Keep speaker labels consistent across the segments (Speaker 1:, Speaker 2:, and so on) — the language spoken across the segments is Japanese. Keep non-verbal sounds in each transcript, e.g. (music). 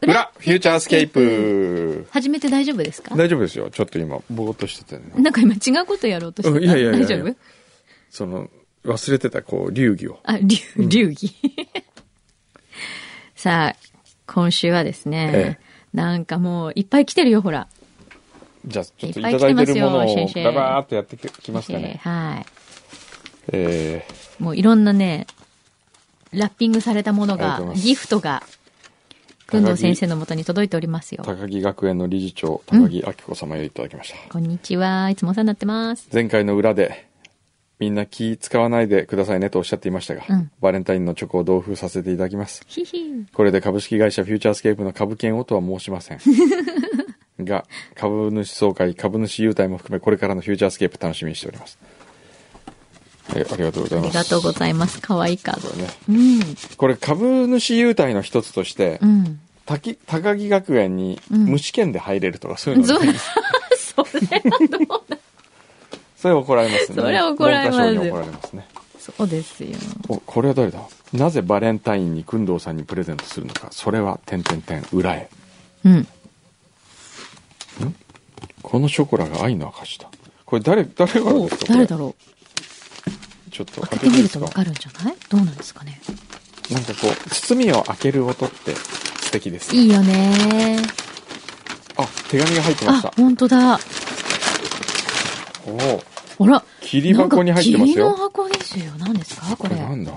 Speaker 1: フューチャースケープ。
Speaker 2: 始めて大丈夫ですか
Speaker 1: 大丈夫ですよ。ちょっと今、ぼーっとしててね。
Speaker 2: なんか今違うことやろうとして
Speaker 1: うんいやいやいやいや
Speaker 2: 大丈夫
Speaker 1: その、忘れてた、こう、流儀を。
Speaker 2: あ、流、流儀。 (laughs) さあ、今週はですね
Speaker 1: え、
Speaker 2: なんかもういっぱい来てるよ、ほら。
Speaker 1: じゃあ、ちょっと
Speaker 2: い
Speaker 1: い
Speaker 2: っぱい
Speaker 1: た
Speaker 2: 来て
Speaker 1: だい
Speaker 2: ますよ
Speaker 1: てるものを、
Speaker 2: 先生
Speaker 1: ババーっとやってききます
Speaker 2: え
Speaker 1: か
Speaker 2: ー
Speaker 1: ね。
Speaker 2: は
Speaker 1: え
Speaker 2: い。もういろんなね、ラッピングされたもの
Speaker 1: ありがとうござ
Speaker 2: が、
Speaker 1: います
Speaker 2: ギフトが、くんどう先生のもとに届いておりますよ
Speaker 1: ー、。高木学園の理事長、高木明子様よりいただきました。
Speaker 2: こんにちは。いつもお世話になってます。
Speaker 1: 前回の裏で、みんな気使わないでくださいねとおっしゃっていましたが、
Speaker 2: うん
Speaker 1: バレンタインのチョコを同封させていただきます。
Speaker 2: ひひ。
Speaker 1: これで株式会社フューチャースケープの株券をとは申しません。
Speaker 2: (laughs)
Speaker 1: が、株主総会、株主優待も含め、これからのフューチャースケープ楽しみにしております。はいありがとうござい
Speaker 2: あ
Speaker 1: ま
Speaker 2: り
Speaker 1: す。
Speaker 2: がとうございます。可愛いカード
Speaker 1: こ。れね
Speaker 2: うん。
Speaker 1: これ株主優待の一つとして、
Speaker 2: うん。
Speaker 1: 滝高木学園に
Speaker 2: うん
Speaker 1: 無試験で入れるとか、そういうの
Speaker 2: そ
Speaker 1: が
Speaker 2: う (laughs) それはどうだ
Speaker 1: それ怒られますね。
Speaker 2: それは怒られますよ
Speaker 1: 文科省に怒られますね。
Speaker 2: そうですよ。
Speaker 1: おこれは誰だなぜバレンタインに工藤さんにプレゼントするのかそれは点々点裏へ
Speaker 2: うん。
Speaker 1: このショコラが愛の証だこれ誰誰から
Speaker 2: お
Speaker 1: ですか
Speaker 2: 誰だ
Speaker 1: こ
Speaker 2: ろう
Speaker 1: れちょっと
Speaker 2: 開
Speaker 1: 開
Speaker 2: けて
Speaker 1: け
Speaker 2: み
Speaker 1: てい
Speaker 2: る
Speaker 1: いです
Speaker 2: と
Speaker 1: か
Speaker 2: わかるんじゃないどうなんですかね
Speaker 1: なんかこう包みを開ける音って素敵ですね
Speaker 2: いいよね
Speaker 1: あ手紙が入ってまし
Speaker 2: あ
Speaker 1: た、
Speaker 2: 本当だ。
Speaker 1: おお
Speaker 2: ほら。
Speaker 1: 切り箱に入ってますよ
Speaker 2: なんか霧の箱ですよ。何ですかこ
Speaker 1: こ
Speaker 2: れ。
Speaker 1: れなんだ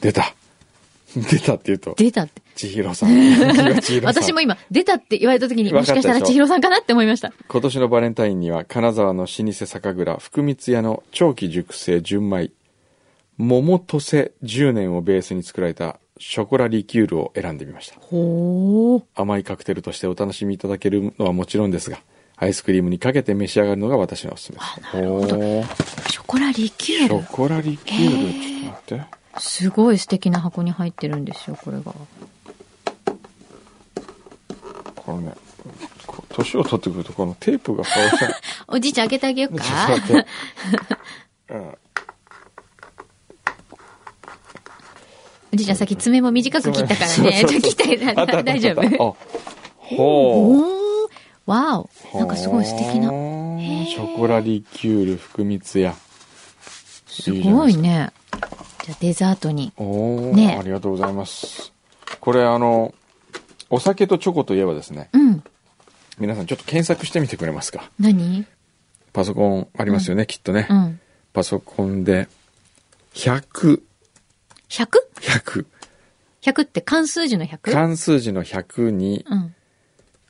Speaker 1: 出た (laughs) 出たって言うと
Speaker 2: 出たって。
Speaker 1: 千尋さん千尋さ
Speaker 2: (laughs)
Speaker 1: ん
Speaker 2: 私も今、出たって言われた時に、も
Speaker 1: わか
Speaker 2: しかし
Speaker 1: ったでしたょ
Speaker 2: ら千尋さんかなって思いました。
Speaker 1: 今年のバレンタインには金沢の老舗酒蔵福光屋の長期熟成純米桃とせ10年をベースに作られたショコラリキュールを選んでみました
Speaker 2: ほー。
Speaker 1: 甘いカクテルとしてお楽しみいただけるのはもちろんですがアイスクリームにかけて召し上がるのが私のおすすめですなるほどシ
Speaker 2: ショコラリキュー
Speaker 1: ョ
Speaker 2: ル。
Speaker 1: コラリキュール、ちょっと待って
Speaker 2: すごい素敵な箱に入ってるんですよ、これが。
Speaker 1: このねこう年を取ってくるとこのテープが変わらない
Speaker 2: おじいちゃん開けてあげようか
Speaker 1: ちょっと待って、 (laughs) うん
Speaker 2: おじいちゃんさっき爪も短く切ったから
Speaker 1: そうそう
Speaker 2: ね。
Speaker 1: そう
Speaker 2: ちょっと切った
Speaker 1: あ
Speaker 2: か
Speaker 1: ったあ
Speaker 2: ら
Speaker 1: った
Speaker 2: 大
Speaker 1: あった
Speaker 2: 丈
Speaker 1: あっ
Speaker 2: 夫。
Speaker 1: たあほう
Speaker 2: おー。わお。なんかすごい素敵な。
Speaker 1: ほー
Speaker 2: へー
Speaker 1: ショコラリキュール福光屋
Speaker 2: すごいね。じゃあデザートに。
Speaker 1: おお、
Speaker 2: ね
Speaker 1: ありがとうございますこれあのお酒とチョコといえばですね
Speaker 2: うん。
Speaker 1: 皆さんちょっと検索してみてくれますか
Speaker 2: 何
Speaker 1: パソコンありますよね、きっとね、
Speaker 2: うん。
Speaker 1: パソコンで100
Speaker 2: 100?100
Speaker 1: 100
Speaker 2: って関数字の 100?
Speaker 1: 漢数字の100に
Speaker 2: うん。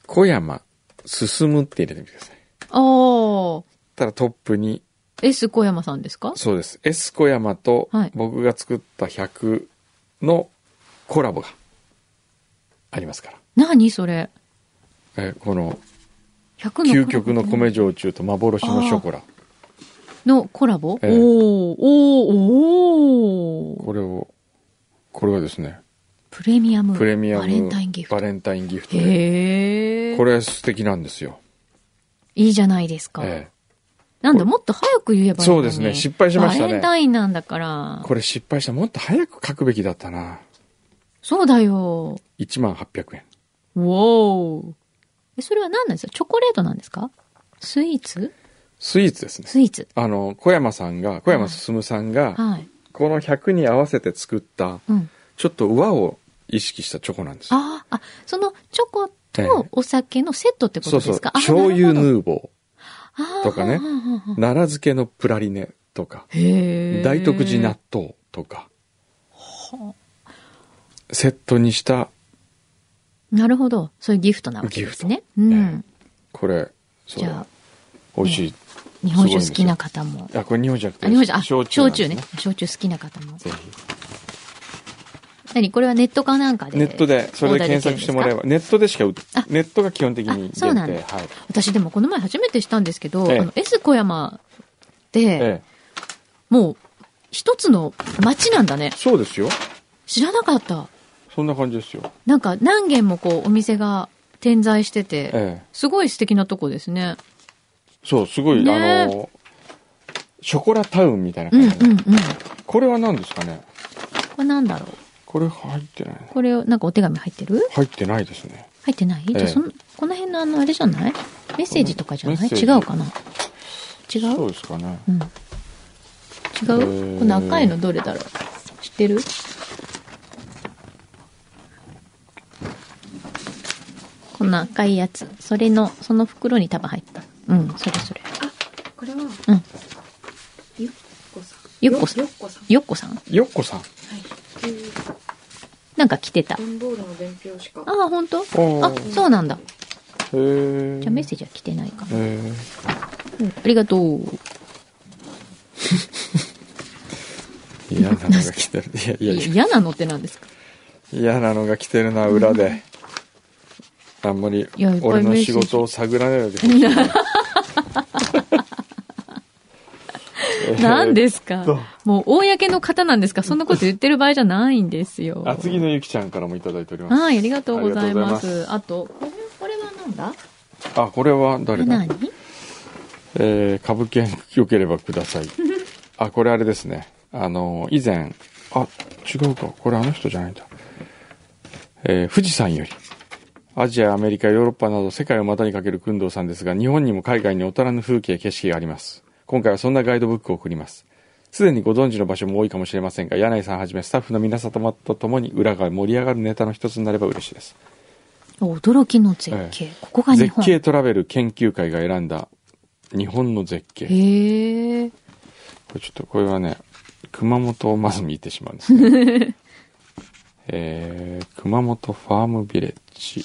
Speaker 1: 小山進むって入れてみてください
Speaker 2: おー。
Speaker 1: ただトップに
Speaker 2: S 小山さんですか
Speaker 1: そうです S 小山と
Speaker 2: はい
Speaker 1: 僕が作った100のコラボがありますから
Speaker 2: 何それ
Speaker 1: えーこの
Speaker 2: ?100 の
Speaker 1: 究極の米焼酎と幻のショコラ
Speaker 2: のコラボ、
Speaker 1: ええ
Speaker 2: おー、おー、おー。
Speaker 1: これをこれがですね
Speaker 2: プレミアム。
Speaker 1: プレミアム
Speaker 2: バレンタインギフ
Speaker 1: バ
Speaker 2: ト。
Speaker 1: レンタインギフトで
Speaker 2: へえ。
Speaker 1: こ
Speaker 2: れ。
Speaker 1: れ素敵なんですよ、
Speaker 2: いいじゃないですか。
Speaker 1: え
Speaker 2: なんだ、もっと早く言えばいいのに
Speaker 1: そうですね失敗しましたね
Speaker 2: バレンタインなんだから
Speaker 1: え。これ失敗したもっと早く書くべきだったな
Speaker 2: そうだよ。
Speaker 1: 1万800円
Speaker 2: ウォー。えそれは何なんですかチョコレートなんですかスイーツ
Speaker 1: スイーツですね
Speaker 2: スイーツ。
Speaker 1: あの小山さんが小山進さんが
Speaker 2: はい。
Speaker 1: この100に合わせて作った
Speaker 2: うん。
Speaker 1: ちょっと和を意識したチョコなんですよ
Speaker 2: あーあ、そのチョコ
Speaker 1: ええ
Speaker 2: とお酒のセットってこ
Speaker 1: そ
Speaker 2: と
Speaker 1: う
Speaker 2: で
Speaker 1: そう
Speaker 2: すか、
Speaker 1: 醤油
Speaker 2: ぬ
Speaker 1: ヌーボーとかね奈良漬けのプラリネとか
Speaker 2: へー
Speaker 1: 大徳寺納豆とかセットにした
Speaker 2: なるほど。そういうギフトなわけですね。う
Speaker 1: ト
Speaker 2: ん。
Speaker 1: これそ
Speaker 2: じゃあ
Speaker 1: う、美味しい
Speaker 2: 日本酒好きな方も。
Speaker 1: あこれ日本じゃなく
Speaker 2: あ、日本
Speaker 1: て
Speaker 2: 酒、あ、焼酎
Speaker 1: なんです
Speaker 2: ね。焼酎好きな方も。
Speaker 1: ぜ
Speaker 2: 何これはネットかなんかで
Speaker 1: ひネットでそれで検索してもらえ
Speaker 2: ば。
Speaker 1: ばネットでしか売っ
Speaker 2: あ
Speaker 1: ネットが基本的に
Speaker 2: あ
Speaker 1: 限
Speaker 2: そうなんだ
Speaker 1: 定はい
Speaker 2: 私でもこの前初めてしたんですけど、
Speaker 1: ええ
Speaker 2: あの、S 小山って、
Speaker 1: ええ
Speaker 2: もう、一つの街なんだね。
Speaker 1: そうですよ
Speaker 2: 知らなかった。
Speaker 1: そんな感じですよ
Speaker 2: なんか何軒もこうお店が点在してて、
Speaker 1: ええ
Speaker 2: すごい素敵なとこですね。
Speaker 1: そうすごい
Speaker 2: ねえ
Speaker 1: あのショコラタウンみたいな
Speaker 2: うん
Speaker 1: 感
Speaker 2: うん
Speaker 1: じ
Speaker 2: うん。こ
Speaker 1: これは何ですかね
Speaker 2: れなんだろう。
Speaker 1: ここれ入ってないな
Speaker 2: これを、なんかお手紙入ってる
Speaker 1: 入ってないですね
Speaker 2: 入ってない、じ
Speaker 1: え
Speaker 2: ゃ
Speaker 1: え
Speaker 2: あその、この辺のあの、あれじゃないメッセージとかじゃな
Speaker 1: メッ
Speaker 2: い
Speaker 1: セージ
Speaker 2: 違うかな違
Speaker 1: そう
Speaker 2: う
Speaker 1: ですかね
Speaker 2: うん。違
Speaker 1: えー
Speaker 2: うこの赤いのどれだろう知ってるこの赤いやつ。それの、その袋に多分入った。うん、それそれ。
Speaker 3: あ、これは、
Speaker 2: うん。
Speaker 3: ゆっこさん。
Speaker 2: ゆっこさん
Speaker 3: よっこさん。
Speaker 2: よっこさん
Speaker 1: よっこさん
Speaker 3: はい。っていう、
Speaker 2: なんか来てた。
Speaker 3: 段ボールの伝票しか。
Speaker 2: ああ、本当？
Speaker 1: ー
Speaker 2: あ、そうなんだ。
Speaker 1: へえ
Speaker 2: じゃあメッセージは来てないかな。
Speaker 1: へー
Speaker 2: うんありがとう。
Speaker 1: 嫌なのが来てる。いやいやいや、
Speaker 2: 嫌なのって何ですか
Speaker 1: 嫌なのが来てるな、裏で。あんまり
Speaker 2: いやいっぱい
Speaker 1: 俺の
Speaker 2: メッセ
Speaker 1: 仕
Speaker 2: ージ
Speaker 1: 事を探らない
Speaker 2: (laughs)
Speaker 1: でほしいな
Speaker 2: 何ですか
Speaker 1: と
Speaker 2: もう、公の方なんですかそんなこと言ってる場合じゃないんですよ。
Speaker 1: あ、次のゆきちゃんからもいただいております。
Speaker 2: はい、ありがとうございま
Speaker 1: あり
Speaker 2: す。あと、これ、これはなんだ
Speaker 1: あ、これは誰だ
Speaker 2: 何
Speaker 1: えー、株券良ければください。 (laughs) あ、これあれですね。あの、以前、あ、違うか。これあの人じゃないんだ。えー富士山より。アジア、アメリカ、ヨーロッパなど世界を股にかける工藤さんですが、日本にも海外におたらぬ風景、景色があります。今回はそんなガイドブックを送ります。すでにご存知の場所も多いかもしれませんが、柳井さんはじめスタッフの皆様と共に裏が盛り上がるネタの一つになれば嬉しいです。
Speaker 2: 驚きの絶景。ここが日
Speaker 1: 絶
Speaker 2: 本。
Speaker 1: 景トラベル研究会が選んだ日本の絶景。
Speaker 2: へえ。
Speaker 1: これちょっとこれはね熊本をまず見てしまうんですねえー、熊本ファームビレッジ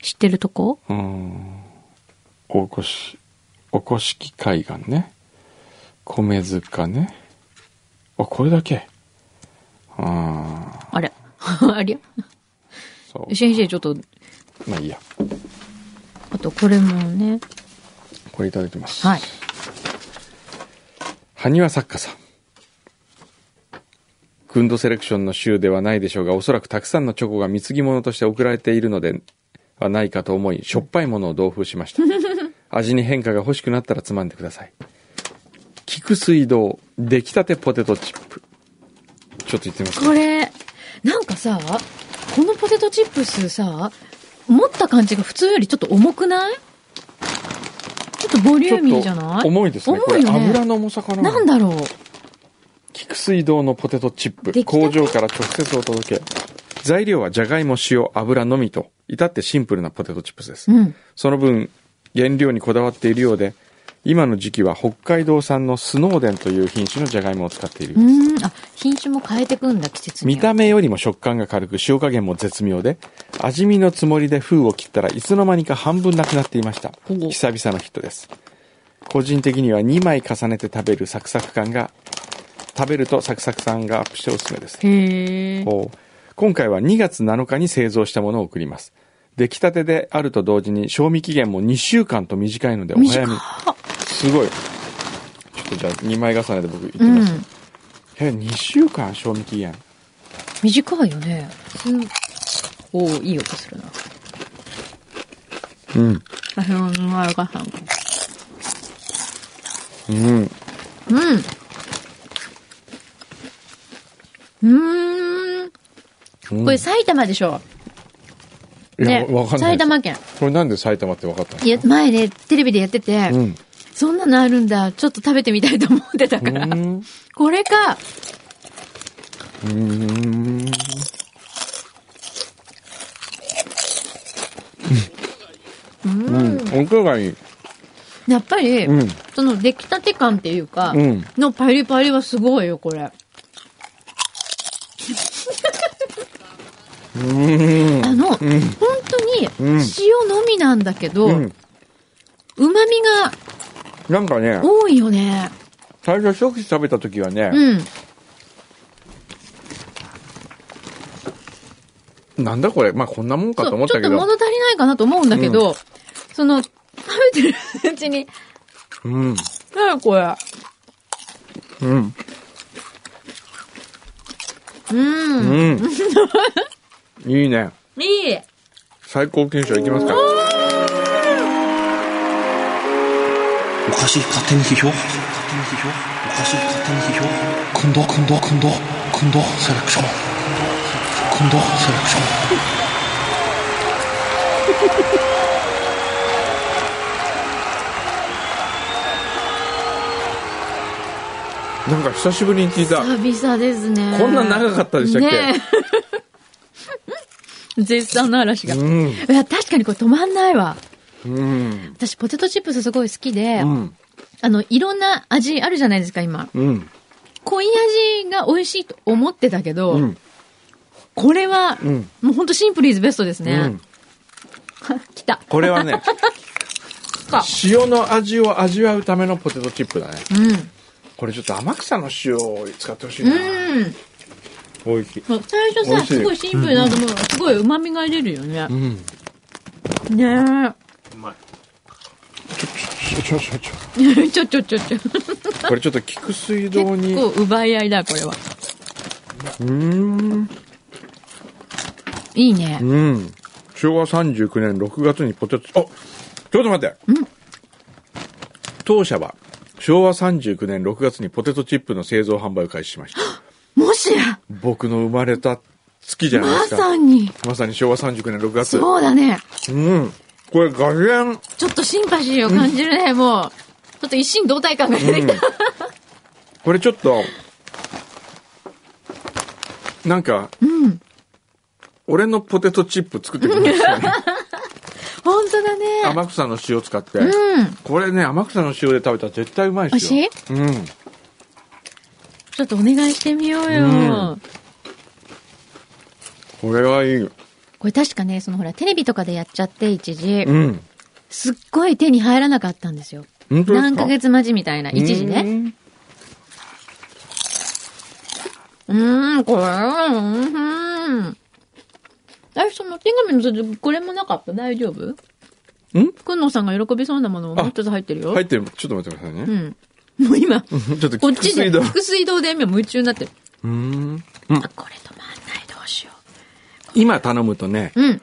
Speaker 2: 知ってるとこ
Speaker 1: うーんおこしおこしき海岸ね米塚ねあこれだけああ
Speaker 2: あれ (laughs) ありゃ
Speaker 1: そ
Speaker 2: 先生、ちょっと、
Speaker 1: うまあいいや
Speaker 2: あと、これもね。
Speaker 1: これいただきます
Speaker 2: はい。
Speaker 1: 埴輪作家さん。クンドセレクションの週ではないでしょうが、おそらくたくさんのチョコが貢ぎ物として送られているのではないかと思い、しょっぱいものを同封し
Speaker 2: (laughs)
Speaker 1: ました。味に変化が欲しくなったらつまんでください。菊水道、出来たてポテトチップ。ちょっと言ってみますか
Speaker 2: これ、なんかさ、このポテトチップスさ、持った感じが普通よりちょっと重くないちょっとボリ
Speaker 1: ち
Speaker 2: ュ
Speaker 1: ょ
Speaker 2: ーミーじゃ
Speaker 1: っ
Speaker 2: ない
Speaker 1: と重いですね。こ
Speaker 2: 重
Speaker 1: れ
Speaker 2: いよね。
Speaker 1: 油の重さかな
Speaker 2: なんだろう。
Speaker 1: 菊水道のポテトチップ
Speaker 2: 出来たて
Speaker 1: 工場から直接お届け材料はじゃがいも塩油のみと至ってシンプルなポテトチップスです、
Speaker 2: うん。
Speaker 1: その分原料にこだわっているようで今の時期は北海道産のスノーデンという品種のじゃがいもを使っているよう
Speaker 2: う
Speaker 1: です
Speaker 2: ーん。あ、品種も変えてくんだ、季節に。
Speaker 1: 見た目よりも食感が軽く塩加減も絶妙で味見のつもりで封を切ったらいつの間にか半分なくなっていました
Speaker 2: お
Speaker 1: 久々のヒットです個人的には2枚重ねて食べるサクサク感が食べるとサクサク感がアップしておすすめです
Speaker 2: へえ。
Speaker 1: (laughs) ほう今回は2月7日に製造したものを送ります出来たてであると同時に賞味期限も2週間と短いのでお
Speaker 2: 短い
Speaker 1: 早めにすごいちょっとじゃあ2枚重ねで僕いって
Speaker 2: う
Speaker 1: み
Speaker 2: ん
Speaker 1: ます、。え2週間賞味期限
Speaker 2: 短いよね。すおおいい音するな。
Speaker 1: うん
Speaker 2: 私の沼よかさん。
Speaker 1: うん
Speaker 2: うん。うーん。これ埼玉でしょ
Speaker 1: いや
Speaker 2: ね
Speaker 1: わわかんない
Speaker 2: 埼玉県。
Speaker 1: これなんで埼玉って分かったの
Speaker 2: いや、前ね、テレビでやってて、
Speaker 1: うん
Speaker 2: そんなのあるんだ。ちょっと食べてみたいと思ってた
Speaker 1: う
Speaker 2: から。
Speaker 1: んう
Speaker 2: これか。
Speaker 1: ーん
Speaker 2: うん。
Speaker 1: うん音がいい
Speaker 2: やっぱり、
Speaker 1: うん
Speaker 2: その出来たて感っていうか、
Speaker 1: うん
Speaker 2: のパリパリはすごいよ、これ。
Speaker 1: うん
Speaker 2: あの、本当に
Speaker 1: うん
Speaker 2: 塩のみなんだけど、
Speaker 1: う
Speaker 2: 旨
Speaker 1: ん
Speaker 2: 味が
Speaker 1: なんかね
Speaker 2: 多いよね。
Speaker 1: 最初一口食べた時はね、
Speaker 2: うん。
Speaker 1: なんだこれまあこんなもんかと
Speaker 2: そ
Speaker 1: 思
Speaker 2: う
Speaker 1: っ
Speaker 2: ちょ
Speaker 1: た
Speaker 2: っ
Speaker 1: け
Speaker 2: と
Speaker 1: ど
Speaker 2: 物足りないかなと思うんだけど、その、食べてるうちに、
Speaker 1: うん
Speaker 2: なにこれ。
Speaker 1: うん
Speaker 2: うん。
Speaker 1: うん。いいね。
Speaker 2: いい。
Speaker 1: 最高金賞いきますか。
Speaker 4: おかしい勝手に批評おかしい勝手に批評おかしい勝手に批評今度今度今度今今度セレクション今度セレクション
Speaker 1: なんか久しぶりに聞いた。
Speaker 2: 久々ですね。
Speaker 1: こんな長かったでしたっけ
Speaker 2: ねえ絶賛の嵐が。
Speaker 1: う
Speaker 2: い
Speaker 1: ん。
Speaker 2: や、確かにこれ止まんないわ。
Speaker 1: うん。
Speaker 2: 私、ポテトチップスすごい好きで、
Speaker 1: うん。
Speaker 2: あの、いろんな味あるじゃないですか、今。
Speaker 1: うん。
Speaker 2: 濃い味が美味しいと思ってたけど、
Speaker 1: うん。
Speaker 2: これは、
Speaker 1: うん
Speaker 2: もうほんとシンプルイズベストですね。
Speaker 1: うん。
Speaker 2: 来た。
Speaker 1: これはね、
Speaker 2: か。
Speaker 1: 塩の味を味わうためのポテトチップだね。
Speaker 2: うん。
Speaker 1: これちょっと天草の塩を使ってほしいな。
Speaker 2: うん。
Speaker 1: 美味しい。
Speaker 2: そう最初
Speaker 1: 美
Speaker 2: さ、
Speaker 1: 味しい
Speaker 2: すごいシンプルなと思うのがすごい旨味が出るよね
Speaker 1: う。ん。
Speaker 2: ね
Speaker 1: ちょちょちょちょ。
Speaker 2: え。ちょちょちょちょ。
Speaker 1: これちょっと菊水
Speaker 2: (laughs) 結
Speaker 1: 道に。
Speaker 2: 構
Speaker 1: う
Speaker 2: 奪い合いだ、これは。
Speaker 1: ーん。
Speaker 2: いいね。
Speaker 1: うん。昭和39年6月にポテト、あちょっと待って。
Speaker 2: うん
Speaker 1: 当社は昭和39年6月にポテトチップの製造販売を開始しました。
Speaker 2: もしや
Speaker 1: 僕の生まれた月じゃない
Speaker 2: ま
Speaker 1: ですか。
Speaker 2: さに
Speaker 1: まさに昭和39年6月。
Speaker 2: そうだね。
Speaker 1: うん。これ画然、
Speaker 2: ちょっとシンパシーを感じるね、もう。ちょっと一心同体感が出てきた。
Speaker 1: これちょっと、なんか、
Speaker 2: うん。
Speaker 1: 俺のポテトチップ作ってくれましたね。
Speaker 2: 本当だ
Speaker 1: (laughs)
Speaker 2: ね。
Speaker 1: 天草の塩使って。
Speaker 2: うん。
Speaker 1: これね、天草の塩で食べたら絶対うまいですよ。美味しいうん。
Speaker 2: ちょっとお願いしてみようよ。
Speaker 1: うんこれはいい。
Speaker 2: これ確かね、そのほら、テレビとかでやっちゃって、一時
Speaker 1: う。ん。
Speaker 2: すっごい手に入らなかったんですよ。
Speaker 1: 本当ですか
Speaker 2: 何ヶ月待ちみたいな、一時ね。うーん、これは、うーん。私、その、手紙の続きこれもなかった大丈夫
Speaker 1: うん。ん
Speaker 2: くんのさんが喜びそうなものも
Speaker 1: あ
Speaker 2: 一つ入ってるよ。
Speaker 1: 入ってる。ちょっと待ってくださいね。
Speaker 2: うん。もう今、
Speaker 1: ちょっと
Speaker 2: こっちで、
Speaker 1: だ。う
Speaker 2: 副水道で今夢中になってる。
Speaker 1: ーん。
Speaker 2: あ、これ止まんない、どうしよ
Speaker 1: 今頼むとね、
Speaker 2: う。うん。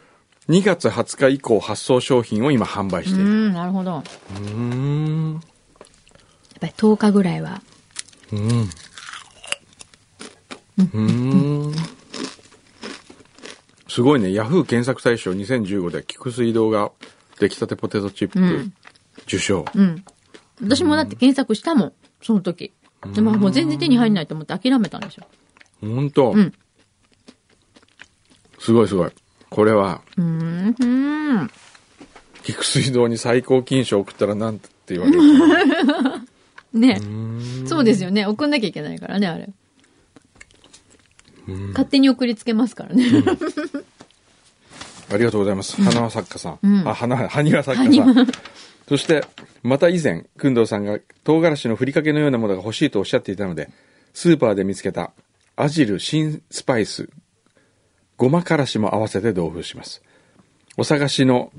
Speaker 1: 2月20日以降発送商品を今販売し
Speaker 2: う
Speaker 1: ている。
Speaker 2: ん、なるほど。やっ
Speaker 1: うーん。
Speaker 2: ぱり10日ぐらいは。
Speaker 1: うん。うん。すごいね。ヤフー検索大賞2015で菊水道が出来たてポテトチッ
Speaker 2: う
Speaker 1: プ
Speaker 2: ん
Speaker 1: 受賞。
Speaker 2: うん。私もだって検索したもん、その時。でももう全然手に入んないと思って諦めたんですよ。
Speaker 1: ほんと
Speaker 2: うん。
Speaker 1: すごいすごい。これは、
Speaker 2: うーん。うーん
Speaker 1: 菊水道に最高金賞送ったらなんて言われるか。
Speaker 2: ねそうですよね。送んなきゃいけないからね、あれ。勝手に送りつけますからね。
Speaker 1: ありがとうございます。花輪作家さん。
Speaker 2: うん
Speaker 1: あ、花、埴輪作家さん。 (laughs) そして、また以前、工藤さんが唐辛子のふりかけのようなものが欲しいとおっしゃっていたので、スーパーで見つけたアジル新スパイス、ごまからしも合わせて同封します。お探しの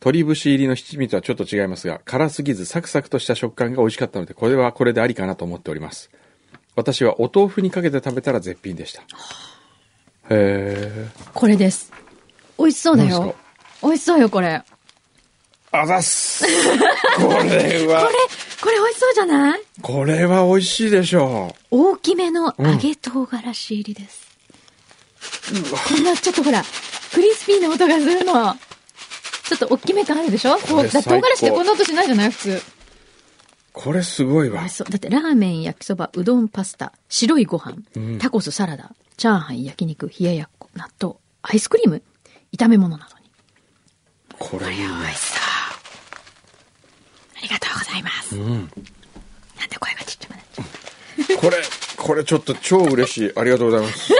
Speaker 1: 鶏節入りの七味とはちょっと違いますが、辛すぎずサクサクとした食感が美味しかったので、これはこれでありかなと思っております。私はお豆腐にかけて食べたら絶品でした。へー。
Speaker 2: (laughs) これです。美味しそうだ
Speaker 1: 何で
Speaker 2: よ
Speaker 1: す。
Speaker 2: 美味しそうよ、これ。
Speaker 1: あざっすこれは
Speaker 2: これ、これ美味しそうじゃない
Speaker 1: (laughs) これは美味しいでしょ
Speaker 2: 大きめの揚げ唐辛子入りです。このちょっとほら、クリスピーな音がするの。ちょっと大きめ感あるでしょ
Speaker 1: こ
Speaker 2: こ
Speaker 1: れ
Speaker 2: うだ唐
Speaker 1: 最高
Speaker 2: 辛子ってこんな音しないじゃない普通。
Speaker 1: う。これすごいわ
Speaker 2: あ。そうだってラーメン、焼きそば、うどん、パスタ、白いご飯、
Speaker 1: うん
Speaker 2: タコス、サラダ、チャーハン、焼肉、冷ややっこ、納豆、アイスクリーム、炒め物などに。
Speaker 1: これいいね。
Speaker 2: 美味しそう。ありがとうございます。
Speaker 1: うん。
Speaker 2: なんで声がちっちゃくなっちゃう。
Speaker 1: これ、これちょっと超嬉しい。ありがとうございます。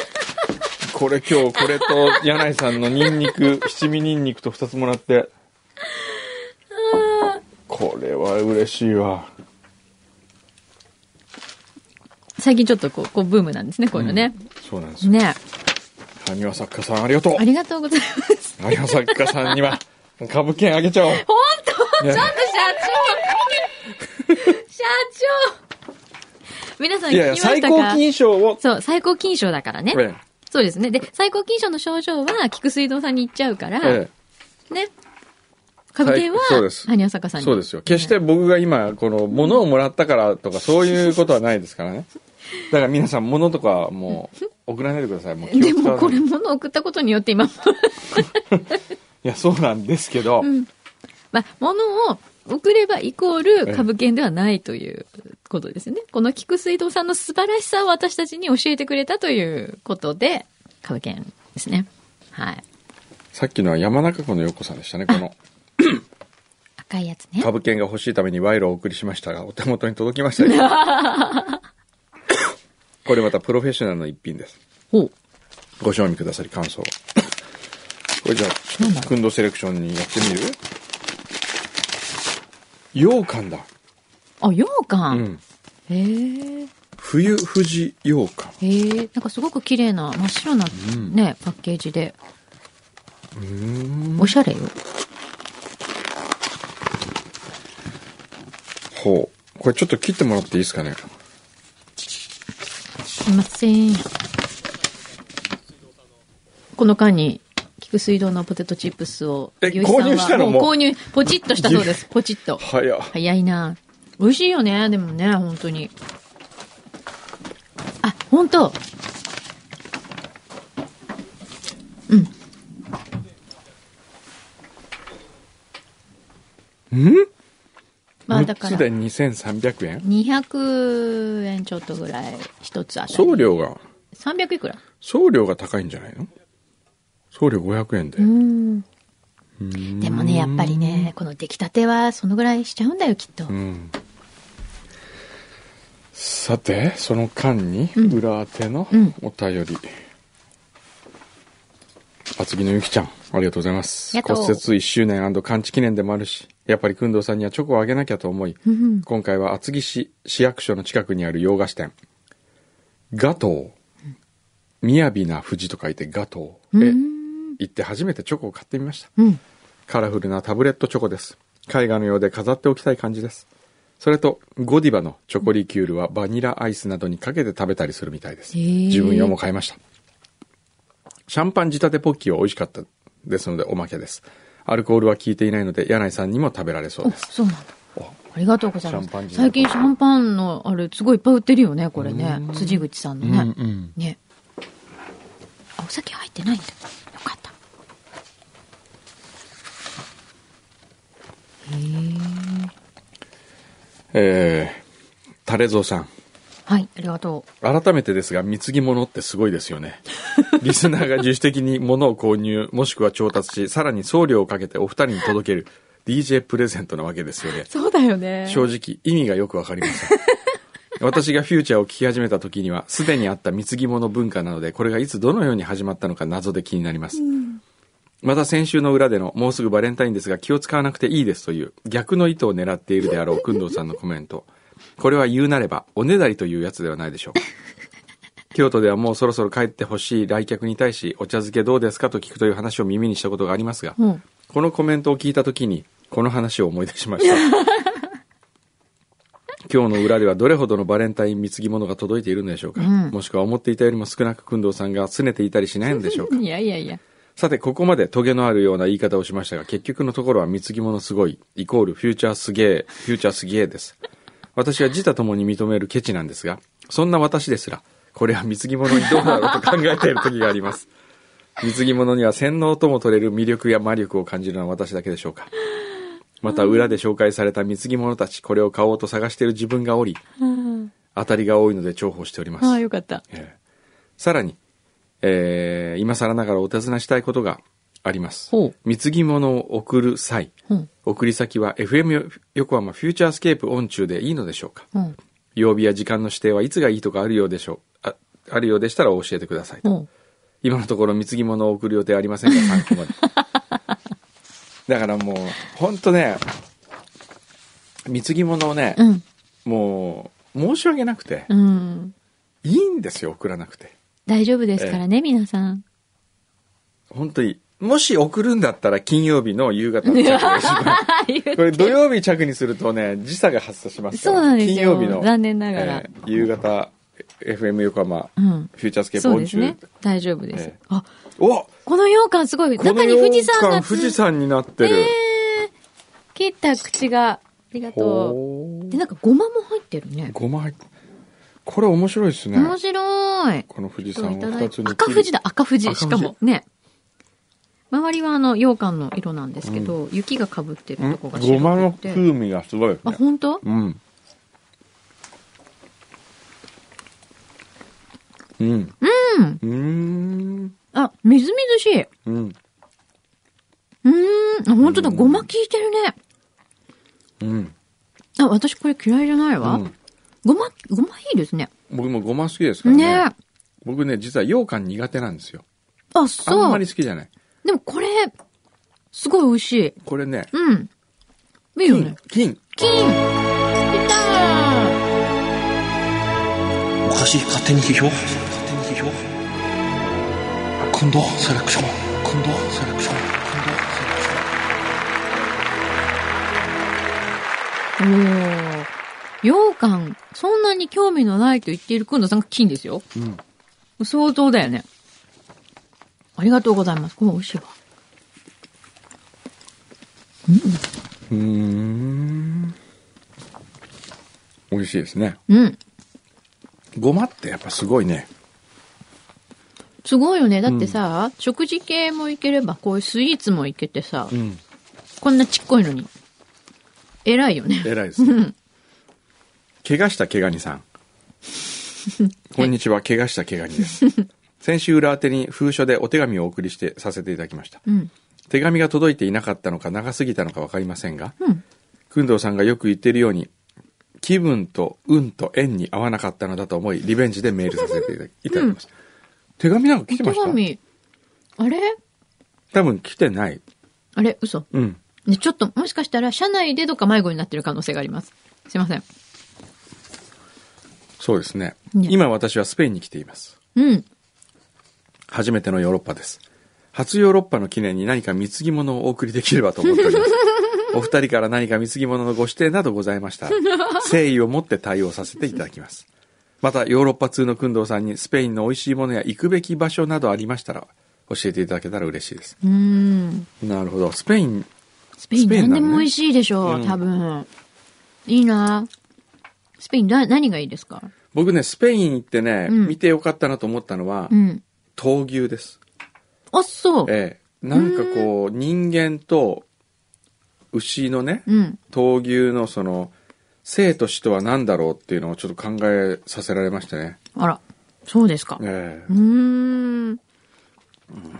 Speaker 1: これ今日、これと柳井さんのニンニク、七味ニンニクと二つもらって。これは嬉しいわ。
Speaker 2: 最近ちょっとこう、こうブームなんですね、こういうのね。
Speaker 1: そうなんですよ。
Speaker 2: ね
Speaker 1: 埴輪作家さんありがとう
Speaker 2: あ。りがとうございます。
Speaker 1: 埴輪作家さんには、株券 (laughs) あげちゃおう。
Speaker 2: 本当、
Speaker 1: ね
Speaker 2: ちょっと社長社長皆さん聞
Speaker 1: い
Speaker 2: き
Speaker 1: やい
Speaker 2: ま
Speaker 1: や、
Speaker 2: したか
Speaker 1: 最高金賞を。
Speaker 2: そう、最高金賞だからね。
Speaker 1: え
Speaker 2: そうですね。で、最高金賞の症状は、菊水道さんに行っちゃうから、
Speaker 1: えええ
Speaker 2: ね。株券は
Speaker 1: はいそうで、す
Speaker 2: 埴輪坂さんに。 (laughs)
Speaker 1: そうですよ。決して僕が今、この、物をもらったからとか、そういうことはないですからね。だから皆さん物とかもう送らないでくださいもう気
Speaker 2: で
Speaker 1: を使
Speaker 2: も
Speaker 1: わ
Speaker 2: こ
Speaker 1: ない
Speaker 2: れ
Speaker 1: い
Speaker 2: 物送ったことによって今、
Speaker 1: やそうなんですけど、
Speaker 2: うん。まあ、物を送ればイコール株券ではないということですね。この菊水道さんの素晴らしさを私たちに教えてくれたということで、株券ですね。はい。
Speaker 1: さっきのは山中湖のようこさんでしたねこの
Speaker 2: 赤いやつね。
Speaker 1: 株券が欲しいために賄賂をお送りしまし
Speaker 2: (laughs)
Speaker 1: たがお手元に届きましたよこれまたプロフェッショナルの一品です
Speaker 2: おう
Speaker 1: ご賞味くださり感想をこれじゃあちょっとくんどセレクションにやってみる羊羹だ、
Speaker 2: あ、羊羹。
Speaker 1: うん、
Speaker 2: へえ。
Speaker 1: 冬富士羊羹
Speaker 2: へえ。なんかすごく綺麗な真っ白なね、パッケージで。おしゃれよ。
Speaker 1: ほうこれちょっと切ってもらっていいですかね
Speaker 2: すいません。この間に、菊水道のポテトチップスを、
Speaker 1: え
Speaker 2: 牛一さんは
Speaker 1: 購入したのもう
Speaker 2: 購入、ポチッとしたそうです。ポチッと。
Speaker 1: 早っ
Speaker 2: 早いな。美味しいよね、でもね、本当に。あ、本当。
Speaker 1: ん
Speaker 2: まあだか
Speaker 1: 3つで
Speaker 2: ら、
Speaker 1: 2300円
Speaker 2: 200円ちょっとぐらい、一つあたり。
Speaker 1: 送料が
Speaker 2: 300いくら
Speaker 1: 送料が高いんじゃないの送料500円で、
Speaker 2: うん。でもね、やっぱりね、この出来たてはそのぐらいしちゃうんだよ、きっと。
Speaker 1: うんさてその間に裏当ての
Speaker 2: うん
Speaker 1: お便り、厚木のゆきちゃんありがとうございます
Speaker 2: ありがとう
Speaker 1: 骨折1周年完治記念でもあるしやっぱり工藤さんにはチョコをあげなきゃと思い
Speaker 2: うん
Speaker 1: 今回は厚木市市役所の近くにある洋菓子店ガトー雅な富士と書いてガトーへ行って初めてチョコを買ってみました
Speaker 2: うん。
Speaker 1: カラフルなタブレットチョコです。絵画のようで飾っておきたい感じです。それと、ゴディバのチョコリキュールはバニラアイスなどにかけて食べたりするみたいです。
Speaker 2: へー
Speaker 1: 自分用も買いました。シャンパン仕立てポッキーは美味しかったですのでおまけです。アルコールは効いていないので、柳井さんにも食べられそう
Speaker 2: お (laughs)
Speaker 1: です。
Speaker 2: そうなんだ。ありがとうございま
Speaker 1: シャンパン
Speaker 2: す。
Speaker 1: 時代
Speaker 2: 最近シャンパンのあれ、すごいいっぱい売ってるよね、これね。辻口さんのね。
Speaker 1: うんうん
Speaker 2: ね。あ、お酒入ってないんだ。よかった。
Speaker 1: えー、タレゾウさん。
Speaker 2: はい、ありがとう。
Speaker 1: 改めてですが、貢ぎ物ってすごいですよね。 (laughs) リスナーが自主的に物を購入、もしくは調達し、さらに送料をかけてお二人に届ける DJ プレゼントなわけですよね。
Speaker 2: そうだよね
Speaker 1: 正直意味がよくわかり
Speaker 2: (laughs)
Speaker 1: ません私がフューチャーを聞き始めた時にはすでにあった貢ぎ物文化なのでこれがいつどのように始まったのか謎で気になります、また先週の裏でのもうすぐバレンタインですが気を使わなくていいですという逆の意図を狙っているであろう工藤さんのコメントこれは言うなればおねだりというやつではない
Speaker 2: (laughs)
Speaker 1: でしょうか京都ではもうそろそろ帰ってほしい来客に対しお茶漬けどうですかと聞くという話を耳にしたことがありますが、
Speaker 2: うん。
Speaker 1: このコメントを聞いた時にこの話を思い出しました今日の裏ではどれほどのバレンタイン貢ぎ物が届いているのでしょうか、
Speaker 2: うん
Speaker 1: もしくは思っていたよりも少なく工藤さんが拗ねていたりしないのでしょうか
Speaker 2: いやいやいや。
Speaker 1: さてここまでトゲのあるような言い方をしましたが結局のところは貢ぎ物すごいイコールフューチャーすげえフューチャーすげえです私は自他ともに認めるケチなんですがそんな私ですらこれは貢ぎ物にどうだろうと考えている時があります貢ぎ物には洗脳とも取れる魅力や魔力を感じるのは私だけでしょうかまた裏で紹介された貢ぎ物たちこれを買おうと探している自分がおり当たりが多いので重宝しております
Speaker 2: ああ、よかった。
Speaker 1: ええさらに、えー今更ながらお尋ねしたいことがあります
Speaker 2: ほう。
Speaker 1: 貢ぎ物を送る際、
Speaker 2: うん。
Speaker 1: 送り先は FM 横浜フューチャースケープオン中でいいのでしょうか
Speaker 2: うん。
Speaker 1: 曜日や時間の指定はいつがいいとかあるようでしょうああるようでしたら教えてくださいと
Speaker 2: うん。
Speaker 1: 今のところ貢ぎ物を送る予定ありませんが参考
Speaker 2: (laughs)
Speaker 1: までだからもう本当ね貢ぎ物をね、
Speaker 2: うん。
Speaker 1: もう申し訳なくて、
Speaker 2: うん。
Speaker 1: いいんですよ送らなくて
Speaker 2: 大丈夫ですからね、皆さ (laughs) ん。
Speaker 1: 本当にもし送るんだったら金曜日の夕方
Speaker 2: (laughs)
Speaker 1: の着が一番これ土曜日着にするとね時差が発生しますか
Speaker 2: そ
Speaker 1: ら
Speaker 2: うなんですよ。
Speaker 1: 金曜日の
Speaker 2: 残念ながら
Speaker 1: え。ー夕方 FM 横浜、
Speaker 2: うん。
Speaker 1: フューチャースケープ
Speaker 2: そ
Speaker 1: オ
Speaker 2: う
Speaker 1: ン
Speaker 2: です
Speaker 1: 中、
Speaker 2: ね。大丈夫です。
Speaker 1: ええ
Speaker 2: あ、
Speaker 1: お
Speaker 2: この羊羹すごい。
Speaker 1: こ
Speaker 2: 中
Speaker 1: の
Speaker 2: に富士山
Speaker 1: 間
Speaker 2: がつ
Speaker 1: 富士山になってる、
Speaker 2: えー切った口が。ありがとう。
Speaker 1: ほー
Speaker 2: で、なんかごまも入ってるね。
Speaker 1: ごま入っこれ面白いですね。
Speaker 2: 面白い。
Speaker 1: この富士
Speaker 2: ちょっと
Speaker 1: 山を
Speaker 2: いただい
Speaker 1: 2つ
Speaker 2: て
Speaker 1: に切り
Speaker 2: 赤富士だ、赤富士。
Speaker 1: 赤
Speaker 2: し
Speaker 1: 富士
Speaker 2: かも、ね。周りはあの、羊羹の色なんですけど、雪が被って
Speaker 1: う
Speaker 2: る
Speaker 1: ん
Speaker 2: とこが白くて
Speaker 1: ごまの風味がすごいです
Speaker 2: あ、
Speaker 1: ね。
Speaker 2: 本当？
Speaker 1: うん。う
Speaker 2: う
Speaker 1: ん。
Speaker 2: ん。
Speaker 1: うーん。
Speaker 2: あ、みずみずしい。
Speaker 1: うん。
Speaker 2: うーん。あ、本当だ、
Speaker 1: うん
Speaker 2: ごま効いてるね。
Speaker 1: うん。
Speaker 2: あ、私これ嫌いじゃないうわ。
Speaker 1: ん
Speaker 2: ごま、ごまいいですね。
Speaker 1: 僕もごま好きですからね。
Speaker 2: ね
Speaker 1: 僕ね、実は羊羹苦手なんですよ。
Speaker 2: あ、
Speaker 1: あ
Speaker 2: そ
Speaker 1: んま
Speaker 2: う
Speaker 1: り。好きじゃない。
Speaker 2: でもこれ、すごい美味しい。
Speaker 1: これね、
Speaker 2: うん。いいよ
Speaker 1: 金
Speaker 2: ね。、
Speaker 1: 金。
Speaker 2: 金出たー
Speaker 4: おかしい勝手に批評今度セレクション今度セレクション今度セレクション
Speaker 2: おー。羊羹、そんなに興味のないと言っているくんのさんが金ですよ。
Speaker 1: うん。
Speaker 2: 相当だよね。ありがとうございます。これ美味しいわ。
Speaker 1: うーん。美味しいですね。
Speaker 2: うん。
Speaker 1: ごまってやっぱすごいね。
Speaker 2: すごいよね。だってさ、食事系もいければ、こういうスイーツもいけてさ、
Speaker 1: うん。
Speaker 2: こんなちっこいのに。偉いよね。
Speaker 1: 偉いですね。 (laughs) 怪我した毛ガニさ (laughs) ん。こんにちは、怪我した毛ガニです。先週裏宛てに封書でお手紙をお送りしてさせていただきました。
Speaker 2: うん。
Speaker 1: 手紙が届いていなかったのか長すぎたのかわかりませんが、
Speaker 2: うん。
Speaker 1: 工藤さんがよく言ってるように、気分と運と縁に合わなかったのだと思い、リベンジでメールさせていただきいただきました。手紙なんか来てま
Speaker 2: お手
Speaker 1: した
Speaker 2: 紙。あれ
Speaker 1: 多分来てない。
Speaker 2: あれ嘘。
Speaker 1: うん。
Speaker 2: ね、ちょっと、もしかしたら、社内でどっか迷子になってる可能性があります。すいません。
Speaker 1: そうですね。
Speaker 2: ね
Speaker 1: 今私はスペインに来ています。
Speaker 2: うん。
Speaker 1: 初めてのヨーロッパです。初ヨーロッパの記念に何か貢ぎ物をお送りできればと思っており
Speaker 2: (laughs)
Speaker 1: ます。お二人から何か貢ぎ物のご指定などございましたら、
Speaker 2: (laughs)
Speaker 1: 誠意を持って対応させていただきます。また、ヨーロッパ通の工藤さんにスペインの美味しいものや行くべき場所などありましたら、教えていただけたら嬉しいです。
Speaker 2: うーん。
Speaker 1: なるほど。スペイン、
Speaker 2: スペイ
Speaker 1: ス
Speaker 2: ン
Speaker 1: ペインなの
Speaker 2: 何
Speaker 1: ね
Speaker 2: でも美味しいでしょう、
Speaker 1: うん
Speaker 2: 多分。いいなスペインだ、何がいいですか
Speaker 1: 僕ね、スペイン行ってね、
Speaker 2: うん
Speaker 1: 見てよかったなと思ったのは、
Speaker 2: うん。
Speaker 1: 闘牛です。
Speaker 2: あ、そう。
Speaker 1: ええ。なんかこう、人間と牛のね、
Speaker 2: うん。
Speaker 1: 闘牛のその生と死とは何だろうっていうのをちょっと考えさせられましたね。
Speaker 2: あら、そうですか。
Speaker 1: え
Speaker 2: うーん。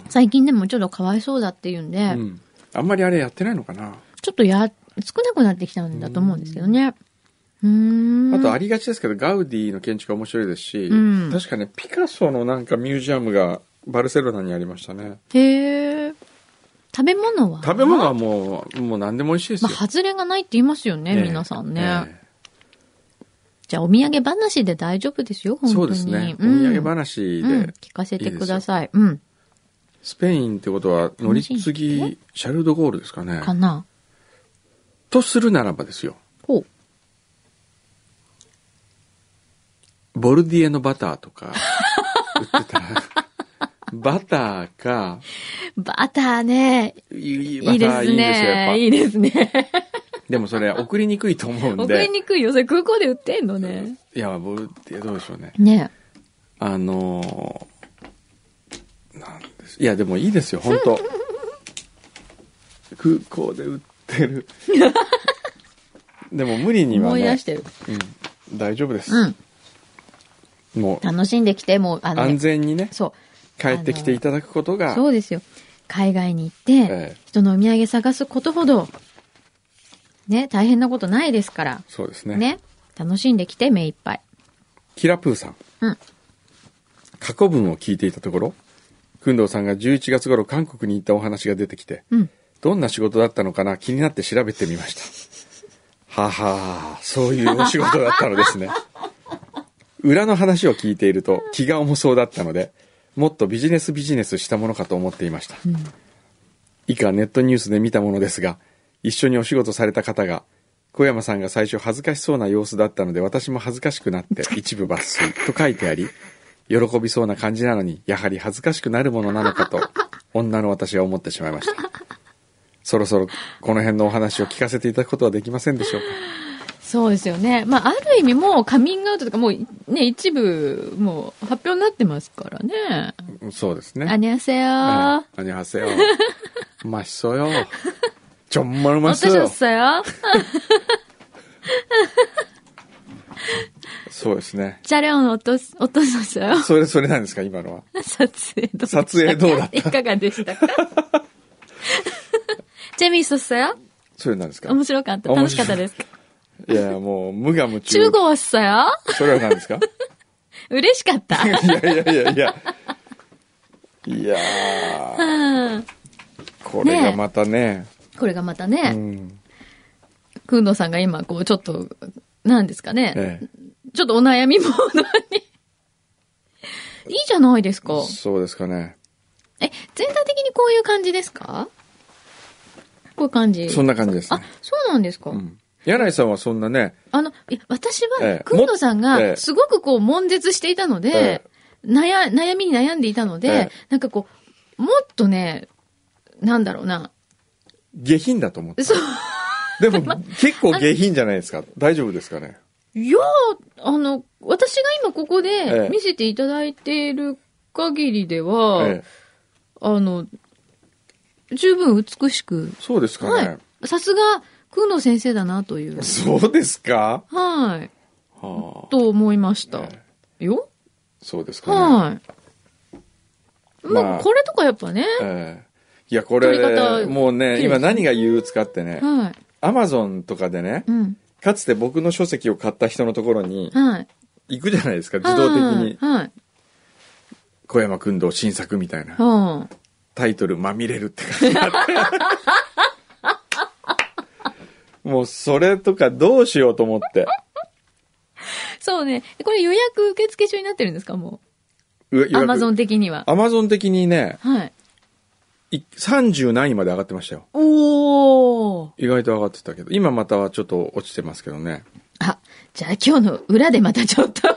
Speaker 2: 最近でもちょっとかわいそうだっていうんで、
Speaker 1: えうん。あんまりあれやってないのかな。
Speaker 2: ちょっとや、少なくなってきたんだと思うんですけどね。うーん。
Speaker 1: あとありがちですけど、ガウディの建築は面白いですし、
Speaker 2: うん
Speaker 1: 確かね、ピカソのなんかミュージアムがバルセロナにありましたね。
Speaker 2: へえ。食べ物は
Speaker 1: 食べ物はもう、もう何でも美味しいです
Speaker 2: ま
Speaker 1: よ。
Speaker 2: あ、外れがないって言いますよね、
Speaker 1: ええ
Speaker 2: 皆さんね。
Speaker 1: え
Speaker 2: じゃあ、お土産話で大丈夫ですよ、
Speaker 1: え
Speaker 2: 本当に。
Speaker 1: そうですね。お
Speaker 2: ん
Speaker 1: 土産話
Speaker 2: うん
Speaker 1: で、
Speaker 2: 聞かせてください。うん。
Speaker 1: スペインってことは乗り継ぎ、シャルドゴールですかね。
Speaker 2: かな。
Speaker 1: とするならばですよ。
Speaker 2: ほう。
Speaker 1: ボルディエのバターとか
Speaker 2: (laughs)
Speaker 1: 売ってたら、バターか、
Speaker 2: バターね。
Speaker 1: いい
Speaker 2: い
Speaker 1: い
Speaker 2: い
Speaker 1: バ
Speaker 2: で
Speaker 1: ター
Speaker 2: す
Speaker 1: いいんですよ、や
Speaker 2: ね。い
Speaker 1: っ
Speaker 2: いですね。
Speaker 1: ぱ。 (laughs) でもそれ送りにくいと思うん
Speaker 2: 送り
Speaker 1: で。
Speaker 2: にくいよ。それ空港で売ってんのね。
Speaker 1: いや、ボルディエどうでしょうね。
Speaker 2: ね
Speaker 1: あのーなんです。いや、でもいいですよ、本
Speaker 2: (laughs)
Speaker 1: 当空港で売っ
Speaker 2: (laughs)
Speaker 1: てる。でも無理には
Speaker 2: 思い出
Speaker 1: ね
Speaker 2: し、てる。
Speaker 1: うん、大丈夫です。
Speaker 2: うん。
Speaker 1: もう、
Speaker 2: 楽しんできて、もう、あのね、
Speaker 1: 安全にね、
Speaker 2: そう。
Speaker 1: 帰ってきていただくことが、
Speaker 2: そうですよ。海外に行って、
Speaker 1: ええ
Speaker 2: 人のお土産探すことほど、ね、大変なことないですから。
Speaker 1: そうです
Speaker 2: ね。楽しんできて、目いっぱい。
Speaker 1: キラプーさん。
Speaker 2: うん
Speaker 1: 過去文を聞いていたところ、工藤さんが11月頃韓国に行ったお話が出てきて、
Speaker 2: うん。
Speaker 1: どんな仕事だったのかな気になって調べてみました。ははあそういうお仕事だったのですね。裏の話を聞いていると気が重そうだったので、もっとビジネスビジネスしたものかと思っていました。以下ネットニュースで見たものですが、一緒にお仕事された方が、小山さんが最初恥ずかしそうな様子だったので私も恥ずかしくな (laughs) って一部抜粋と書いてあり、喜びそうな感じなのに、やはり恥ずかしくなるものなのかと、女の私は思ってしまいました。そろそろこの辺のお話を聞かせていただくことはできませんでしょうか。
Speaker 2: そうですよね。まあ、ある意味もうカミングアウトとかもうね、一部もう発表になってますからね。
Speaker 1: そうですね。
Speaker 2: あにゃせよ
Speaker 1: あにはせ (laughs) よ。うまし (laughs) そうよ。ちょんまるまし
Speaker 2: 私
Speaker 1: そう
Speaker 2: は
Speaker 1: よ。
Speaker 2: さよ。
Speaker 1: そうですね。
Speaker 2: チャレオのおと、おとささ
Speaker 1: (laughs)
Speaker 2: よ。
Speaker 1: それ、それなんですか、今のは。
Speaker 2: 撮影どう
Speaker 1: 撮影どうだった
Speaker 2: いかがでしたか (laughs) ジェミーソさよ。
Speaker 1: それなんですか
Speaker 2: 面白かった。楽しかったですか
Speaker 1: いや、もう、無我夢中。
Speaker 2: 中国さよ。
Speaker 1: それは何で
Speaker 2: (laughs)
Speaker 1: すか
Speaker 2: 嬉しかった。
Speaker 1: いやいやいやいや。いやー
Speaker 2: うん
Speaker 1: これがまたね。
Speaker 2: これがまた
Speaker 1: う
Speaker 2: ね、
Speaker 1: ん。
Speaker 2: くんどうさんが今、こう、ちょっと、なんですかね。
Speaker 1: ええ。
Speaker 2: ちょっとお悩みモードに。 (laughs) いいじゃないですか。
Speaker 1: そうですかね。
Speaker 2: え、全体的にこういう感じですかこういう感じ。
Speaker 1: そんな感じです
Speaker 2: あ
Speaker 1: ね。、
Speaker 2: そうなんですか。
Speaker 1: うん。柳井さんはそんなね、
Speaker 2: あの、いや私
Speaker 1: え
Speaker 2: は
Speaker 1: え、
Speaker 2: くんどさん
Speaker 1: もええ
Speaker 2: が、すごくこう、悶絶していたので
Speaker 1: え、
Speaker 2: 悩、悩みに悩んでいたの
Speaker 1: え
Speaker 2: で
Speaker 1: え、
Speaker 2: なんかこう、もっとね、なんだろうな。
Speaker 1: 下品だと思って。
Speaker 2: そう。
Speaker 1: でも、結構下品じゃないですか。大丈夫ですかね。
Speaker 2: いやー、あの、私が今ここ
Speaker 1: ええ
Speaker 2: で見せていただいている限りでは、
Speaker 1: ええ。
Speaker 2: あの、十分美しく、
Speaker 1: そうですか
Speaker 2: は
Speaker 1: ね。
Speaker 2: い。さすが、くんの先生だなという、
Speaker 1: そうですか
Speaker 2: はい、
Speaker 1: はあ。
Speaker 2: と思いました。
Speaker 1: え
Speaker 2: よ
Speaker 1: そうですかね。
Speaker 2: はい。
Speaker 1: まあ
Speaker 2: まあ、これとかやっぱね、
Speaker 1: ええいや、こ
Speaker 2: 撮り
Speaker 1: れ、
Speaker 2: 方
Speaker 1: もう
Speaker 2: 綺麗で
Speaker 1: ね、
Speaker 2: す
Speaker 1: 今何が憂鬱かってね、
Speaker 2: はい。
Speaker 1: アマゾンとかでね
Speaker 2: う、ん。
Speaker 1: かつて僕の書籍を買った人のところに
Speaker 2: はい。
Speaker 1: 行くじゃないですか、自動的に。
Speaker 2: はい。
Speaker 1: 小山君堂新作みたいな。
Speaker 2: は
Speaker 1: タイトル、まみれるって書いてあって。もうそれとかどうしようと思って。
Speaker 2: い。そうね。これ予約受付中になってるんですかもう。ア
Speaker 1: ア
Speaker 2: マゾン。的には。
Speaker 1: アマゾン的にね、
Speaker 2: はい。
Speaker 1: い30何位まで上がってましたよ。
Speaker 2: おー。
Speaker 1: 意外と上がってたけど、今またはちょっと落ちてますけどね。
Speaker 2: あ、じゃあ今日の裏でまたちょっと。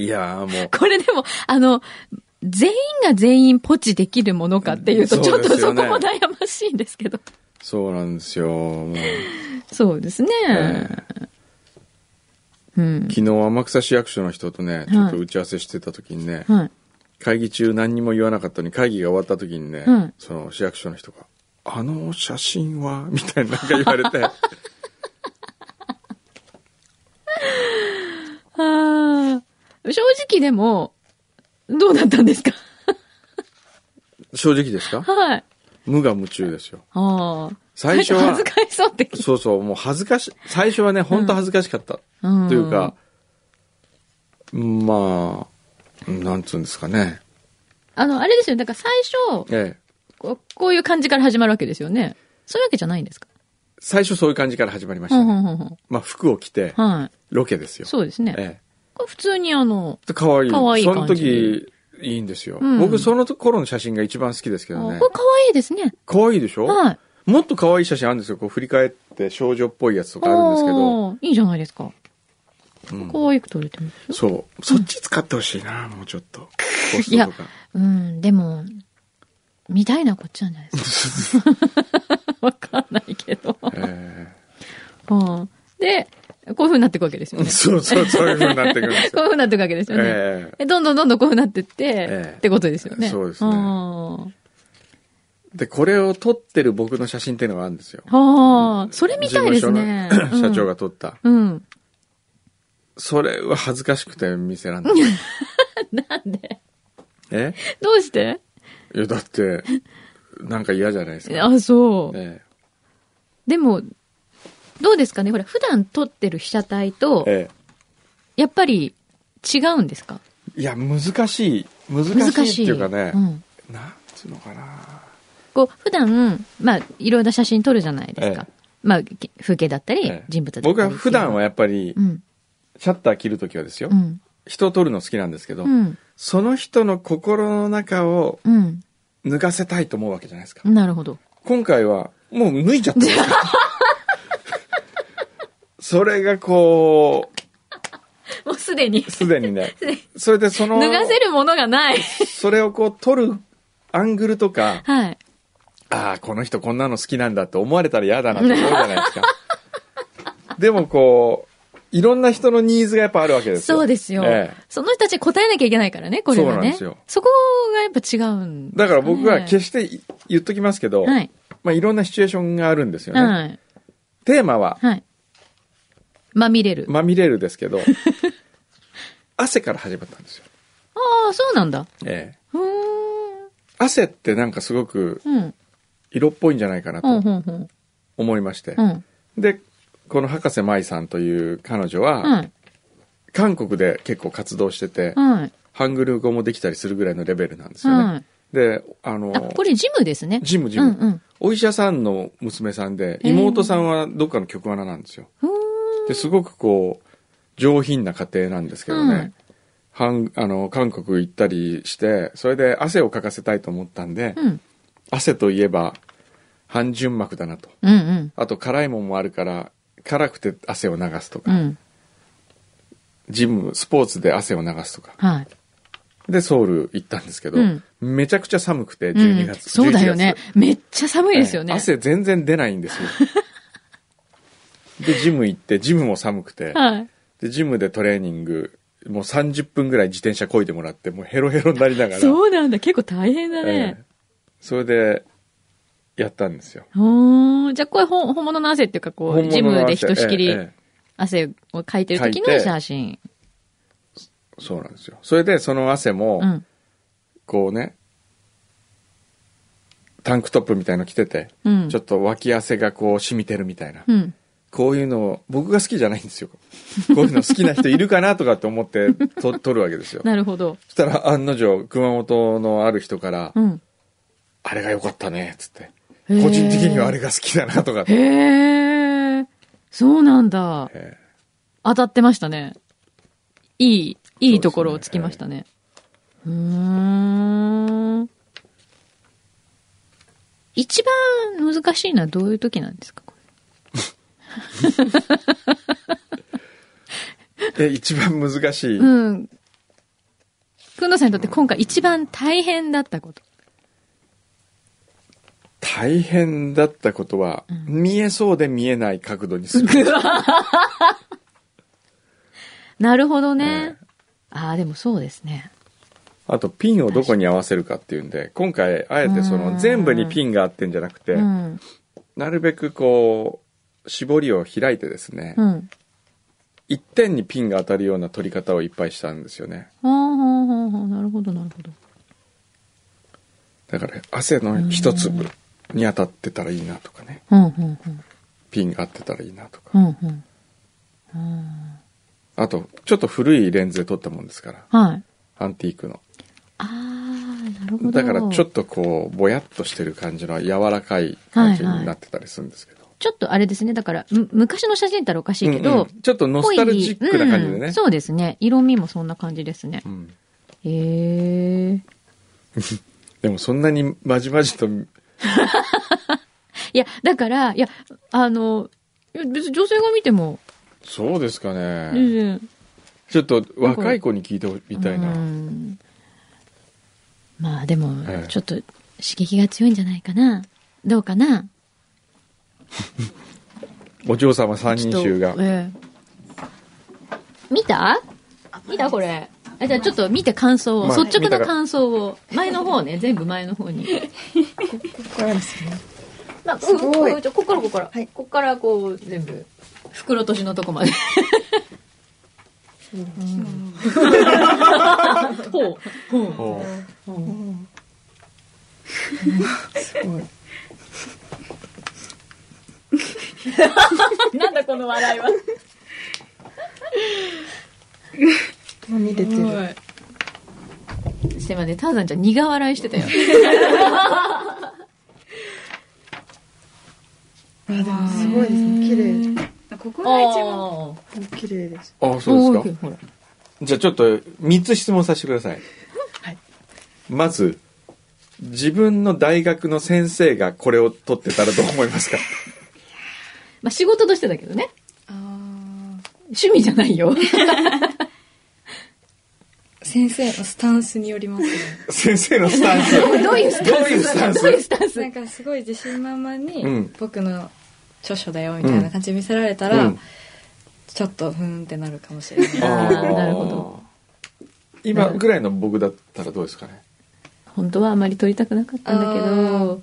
Speaker 1: いやーもう。
Speaker 2: これでも、あの、全員が全員ポチできるものかっていうと、
Speaker 1: うん
Speaker 2: ちょっ
Speaker 1: そう
Speaker 2: と
Speaker 1: ですよ
Speaker 2: そこ
Speaker 1: ね
Speaker 2: も悩ましいんですけど。
Speaker 1: そうなんですよ。もう
Speaker 2: そうですね。
Speaker 1: え
Speaker 2: うん。
Speaker 1: 昨日天草市役所の人とね、ちょっと打ち合わせしてた時にね、
Speaker 2: はい。
Speaker 1: 会議中何にも言わなかったのに会議が終わった時にね、
Speaker 2: うん
Speaker 1: その市役所の人が、あの写真はみたいななんか言われて、 (laughs)
Speaker 2: あー正直でも、どうだったんですか
Speaker 1: 正直ですか
Speaker 2: はい。
Speaker 1: 無我夢中ですよ。
Speaker 2: ああ。
Speaker 1: 最初は
Speaker 2: なんか恥ずかしそうって聞い
Speaker 1: そうそう、もう恥ずかし、最初はね、本当恥ずかしかった。
Speaker 2: うん
Speaker 1: というか、まあ、なんつうんですかね。
Speaker 2: あの、あれですよね。だから最初、
Speaker 1: ええ。
Speaker 2: こうこういう感じから始まるわけですよね。そういうわけじゃないんですか
Speaker 1: 最初そういう感じから始まりまし
Speaker 2: は
Speaker 1: た
Speaker 2: んはん
Speaker 1: ね。
Speaker 2: はんはん
Speaker 1: まあ、服を着て、
Speaker 2: はい。
Speaker 1: ロケですよ。
Speaker 2: そうですね。
Speaker 1: え
Speaker 2: これ普通にあの、
Speaker 1: え。かわいい。
Speaker 2: 可愛い
Speaker 1: そ
Speaker 2: 感じ
Speaker 1: の時、いいんですよ。
Speaker 2: うん
Speaker 1: 僕、その頃の写真が一番好きですけ
Speaker 2: あ
Speaker 1: どね
Speaker 2: これ。可愛いですね。
Speaker 1: かわいいでしょ
Speaker 2: はい。
Speaker 1: もっと可愛い写真あるんですよ。こう振り返って少女っぽいやつとかあるんですけど。
Speaker 2: おーいいじゃないですか。
Speaker 1: うん
Speaker 2: 可愛く撮れてますよ。
Speaker 1: そう。そっち使ってほしいな、もうちょっと。ポス
Speaker 2: い
Speaker 1: ト
Speaker 2: や
Speaker 1: とか。
Speaker 2: うん、でも、見たいなこっちなんじゃないです
Speaker 1: (laughs)
Speaker 2: か。わかんないけど。
Speaker 1: え
Speaker 2: うんで、こういう風になっていくわけですよ
Speaker 1: え
Speaker 2: ね。
Speaker 1: そうそう、そういう風になってくるんです
Speaker 2: こういう風
Speaker 1: よ。
Speaker 2: になっていくわけですよね。
Speaker 1: ええ
Speaker 2: えどんどんどんどんこういう風になってって、
Speaker 1: え
Speaker 2: ってことですよね。
Speaker 1: そうですね
Speaker 2: あ
Speaker 1: で、これを撮ってる僕の写真っていうのがあるんですよ。
Speaker 2: ーあー、それみたいですね
Speaker 1: 事務。所
Speaker 2: う
Speaker 1: の
Speaker 2: ん
Speaker 1: 社長。が撮った。
Speaker 2: うん。
Speaker 1: それは恥ずかしくて見せらんない。
Speaker 2: (laughs) なんで
Speaker 1: え
Speaker 2: どうして
Speaker 1: いや、だって、なんか嫌じゃないですか。
Speaker 2: あ、そう。
Speaker 1: え
Speaker 2: でも、どうですかねほら、普段撮ってる被写体と
Speaker 1: え、え
Speaker 2: やっぱり違うんですか
Speaker 1: え。いや、難しい。難
Speaker 2: 難
Speaker 1: し
Speaker 2: し
Speaker 1: い
Speaker 2: い。
Speaker 1: っていうかね
Speaker 2: う。ん
Speaker 1: なんつうのかな。
Speaker 2: こう、普段、まあ、いろいろな写真撮るじゃないですか。
Speaker 1: え
Speaker 2: まあ、き風景だったり、
Speaker 1: ええ
Speaker 2: 人物だったり。
Speaker 1: 僕は普段はやっぱり
Speaker 2: う、ん。
Speaker 1: シャッター切るときはですよ
Speaker 2: う。ん。
Speaker 1: 人を撮るの好きなんですけど
Speaker 2: う、ん。
Speaker 1: その人の心の中を
Speaker 2: うん。
Speaker 1: 脱がせたいと思うわけじゃないですか。
Speaker 2: なるほど。
Speaker 1: 今回は、もう脱いちゃったんですよ
Speaker 2: (laughs)
Speaker 1: それがこ
Speaker 2: もうすでに
Speaker 1: う、、すでにね
Speaker 2: でに。
Speaker 1: それでその、
Speaker 2: (laughs) 脱がせるものがない。
Speaker 1: それをこう、撮るアングルとか、
Speaker 2: はい。
Speaker 1: ああ、こ
Speaker 2: (laughs)
Speaker 1: の人こんなの好きなんだって思われたら嫌だなって思うじゃないですか。でもこう、いろんな人のニーズがやっぱあるわけですよ。
Speaker 2: そうですよ、
Speaker 1: ええ
Speaker 2: その人たちに答えなきゃいけないからね、これはね。
Speaker 1: そうなんですよ
Speaker 2: そこがやっぱ違うんですかね、
Speaker 1: だから僕は決して言っときますけど、
Speaker 2: はい。
Speaker 1: まあいろんなシチュエーションがあるんですよね。
Speaker 2: はい。
Speaker 1: テーマは、
Speaker 2: はい。まみれる。
Speaker 1: まみれるです
Speaker 2: (laughs)
Speaker 1: けど、汗から始まったんですよ。
Speaker 2: ああ、そうなんだ。
Speaker 1: ええ
Speaker 2: うーん。
Speaker 1: 汗ってなんかすごく
Speaker 2: うん。
Speaker 1: 色っぽいんじゃないかな
Speaker 2: うん、う
Speaker 1: と
Speaker 2: ん、うん。
Speaker 1: 思いまして。
Speaker 2: うん。
Speaker 1: で、この博士舞さんという彼女は、
Speaker 2: はい。
Speaker 1: 韓国で結構活動してて、
Speaker 2: はい。
Speaker 1: ハングル語もできたりするぐらいのレベルなんですよね。
Speaker 2: はい。
Speaker 1: で、あの
Speaker 2: あ、、これジムですね。
Speaker 1: ジムジム、
Speaker 2: うん、うん。
Speaker 1: お医者さんの娘さんで、
Speaker 2: へー
Speaker 1: 妹さんはどっかの曲穴なんですよ。
Speaker 2: ふーん
Speaker 1: ですごくこう、上品な家庭なんですけどね。
Speaker 2: うん
Speaker 1: ハンあの韓国行ったりしてそれで汗をかかせたいと思ったんで、
Speaker 2: うん。
Speaker 1: 汗といえば半純膜だなと
Speaker 2: うん、うん。
Speaker 1: あと辛いもんもあるから辛くて汗を流すと
Speaker 2: う
Speaker 1: か、
Speaker 2: ん。
Speaker 1: ジムスポーツで汗を流すとか
Speaker 2: はい。
Speaker 1: でソウル行ったんですけど、
Speaker 2: うん
Speaker 1: めちゃくちゃ寒くて
Speaker 2: うん
Speaker 1: 12月、
Speaker 2: そうだよね
Speaker 1: 11月。
Speaker 2: めっちゃ寒いですよね。
Speaker 1: ええ汗全然出ないん
Speaker 2: (laughs)
Speaker 1: ですよでジム行ってジムも寒くて
Speaker 2: はい。
Speaker 1: でジムでトレーニングもう30分ぐらい自転車こいでもらってもうヘロヘロになりながら
Speaker 2: そうなんだ。結構大変だ
Speaker 1: え
Speaker 2: ね
Speaker 1: え。それでやったんですよ
Speaker 2: ほーじゃあこれ本本物の汗っていうかこう、ジムでひとしき
Speaker 1: え
Speaker 2: り
Speaker 1: えええ
Speaker 2: 汗をかいてる時
Speaker 1: かい
Speaker 2: の
Speaker 1: て
Speaker 2: 写真。
Speaker 1: そうなんですよそれでその汗も
Speaker 2: うん。
Speaker 1: こうね、タンクトップみたいの着てて、
Speaker 2: うん。
Speaker 1: ちょっと脇汗がこう染みてるみたいな、
Speaker 2: うん。
Speaker 1: こういうのを僕が好きじゃないん
Speaker 2: (laughs)
Speaker 1: ですよこういうの好きな人いるかなとかって思ってと撮るわけですよ
Speaker 2: なるほど。
Speaker 1: そしたら案の定熊本のある人から「
Speaker 2: うん。
Speaker 1: あれが良かったね」っつって「
Speaker 2: へー
Speaker 1: 個人的にはあれが好きだな」とかって、
Speaker 2: へえ。そうなんだ。
Speaker 1: え
Speaker 2: 当たってましたね。いい、いいところをつきましたね。うーん。一番難しいのはどういう時なんですかこ
Speaker 1: えで一番難しい、
Speaker 2: れうん。くんどさんにとって今回一番大変だったこと。
Speaker 1: 大変だったことは、
Speaker 2: うん
Speaker 1: 見えそうで見えない角度にする。
Speaker 2: なるほどね。
Speaker 1: ええ
Speaker 2: ああ、でもそうですね。
Speaker 1: あとピンをどこに合わせるかっていうんで、今回あえてそうの
Speaker 2: ん
Speaker 1: 全部にピンがあってんじゃなくて
Speaker 2: う、ん。
Speaker 1: なるべくこう、絞りを開いてですね
Speaker 2: う、ん。
Speaker 1: 一点にピンが当たるような取り方をいっぱいしたんですよね。
Speaker 2: ああ、なるほど、なるほど。
Speaker 1: だから汗の一粒に当たってたらいいなとかね、
Speaker 2: うん、うん、うん。
Speaker 1: ピンが合ってたらいいなと
Speaker 2: う
Speaker 1: か。
Speaker 2: ん、うん。
Speaker 1: あと、ちょっと古いレンズで撮ったもんですから、
Speaker 2: はい。
Speaker 1: アンティークの。
Speaker 2: ああ、なるほど。
Speaker 1: だからちょっとこう、ぼやっとしてる感じの柔らかい感じになってたりするんですけど。
Speaker 2: ちょっとあれですね、だから、む昔の写真だったらおかしいけど、
Speaker 1: うんうんちょっとノスタルジックな感じで
Speaker 2: ぽい
Speaker 1: ね
Speaker 2: うん。そうですね。色味もそんな感じですね。
Speaker 1: うん
Speaker 2: へえ。
Speaker 1: でもそんなにまじまじと、
Speaker 2: いや、だから、いや、あの、いや別に女性が見ても、
Speaker 1: そうですか
Speaker 2: 全
Speaker 1: ね。
Speaker 2: 然。
Speaker 1: ちょっと若い子に聞いてみたいうな。
Speaker 2: んまあでも
Speaker 1: ええ、
Speaker 2: ちょっと刺激が強いんじゃないかな。どうかな。
Speaker 1: お嬢様三
Speaker 2: ちょ
Speaker 1: 人
Speaker 2: っと
Speaker 1: 衆が。
Speaker 2: ええ見た見たこれ。あじゃあちょっと見て感想を、
Speaker 1: まあ
Speaker 2: 率直
Speaker 1: 見た
Speaker 2: な
Speaker 1: か
Speaker 2: 感想を。前の方ね、全部前の方に。
Speaker 3: これですね。
Speaker 2: まあ、す
Speaker 3: すごい
Speaker 2: ここっからここっから。
Speaker 3: はい
Speaker 2: ここっからこう、全部、袋閉じのとこまで。ほう。ほう。
Speaker 1: お
Speaker 3: すごい。
Speaker 2: なんだこの笑いは。
Speaker 3: 見れてる。
Speaker 2: してまね、ターザンちゃん苦笑いしてたよ。
Speaker 3: あ、でもすごいですね。綺麗。
Speaker 5: ここが一番
Speaker 2: おー
Speaker 3: 綺麗です。
Speaker 1: あ、そう
Speaker 2: お
Speaker 1: で
Speaker 2: ー
Speaker 1: すか。
Speaker 2: ほら。
Speaker 1: じゃあちょっと三つ質問させてください。
Speaker 3: はい
Speaker 1: まず、自分の大学の先生がこれを取ってたらどう思い
Speaker 2: (laughs)
Speaker 1: ますか
Speaker 2: まあ、仕事としてだけどね。
Speaker 5: あ
Speaker 2: 趣味じゃないよ。
Speaker 5: ー先生のスタンスによりますね
Speaker 1: 先生のスタンス。
Speaker 2: どういうスタンス
Speaker 1: どういうスタ
Speaker 2: どういうスタン
Speaker 1: ンス
Speaker 2: ス
Speaker 5: なんかすごい自信満々に、
Speaker 1: うん
Speaker 5: 僕の著書だよみたいな感じで見せられたら、
Speaker 1: うん
Speaker 5: ちょっとふーんってなるかもしれない。
Speaker 2: あーなるほど
Speaker 1: ど。今ぐらいの僕だったらどうですかね。
Speaker 2: 本当はあまり撮りたくなかったんだけど、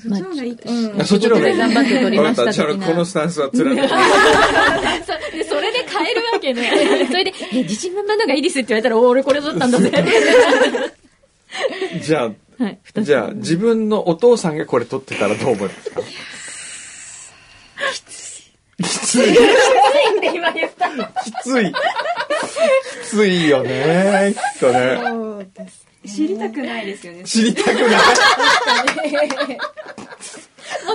Speaker 6: そっちの方がいいと思う
Speaker 5: うん
Speaker 1: あそっちの方がいい
Speaker 2: 頑張って撮りました
Speaker 1: わかっじゃあ
Speaker 2: 的な
Speaker 1: このスタンスは貫く。
Speaker 2: (laughs) でそ (laughs) れで買えるわけね。そ (laughs) れで、え、自信満々のがいいですって言われたら、お俺これ撮ったんだぜ。
Speaker 1: じゃ
Speaker 2: (laughs) はい、
Speaker 1: あ、
Speaker 2: (laughs) 二つ。
Speaker 1: (laughs) じゃあ自分のお父さんがこれ撮ってたらどう思いますかきつい。
Speaker 2: 今言った。
Speaker 1: きつい。きついよね。きっとね。
Speaker 3: そうです。
Speaker 6: 知りたくないですよね。
Speaker 1: 知りたくない。
Speaker 2: もっ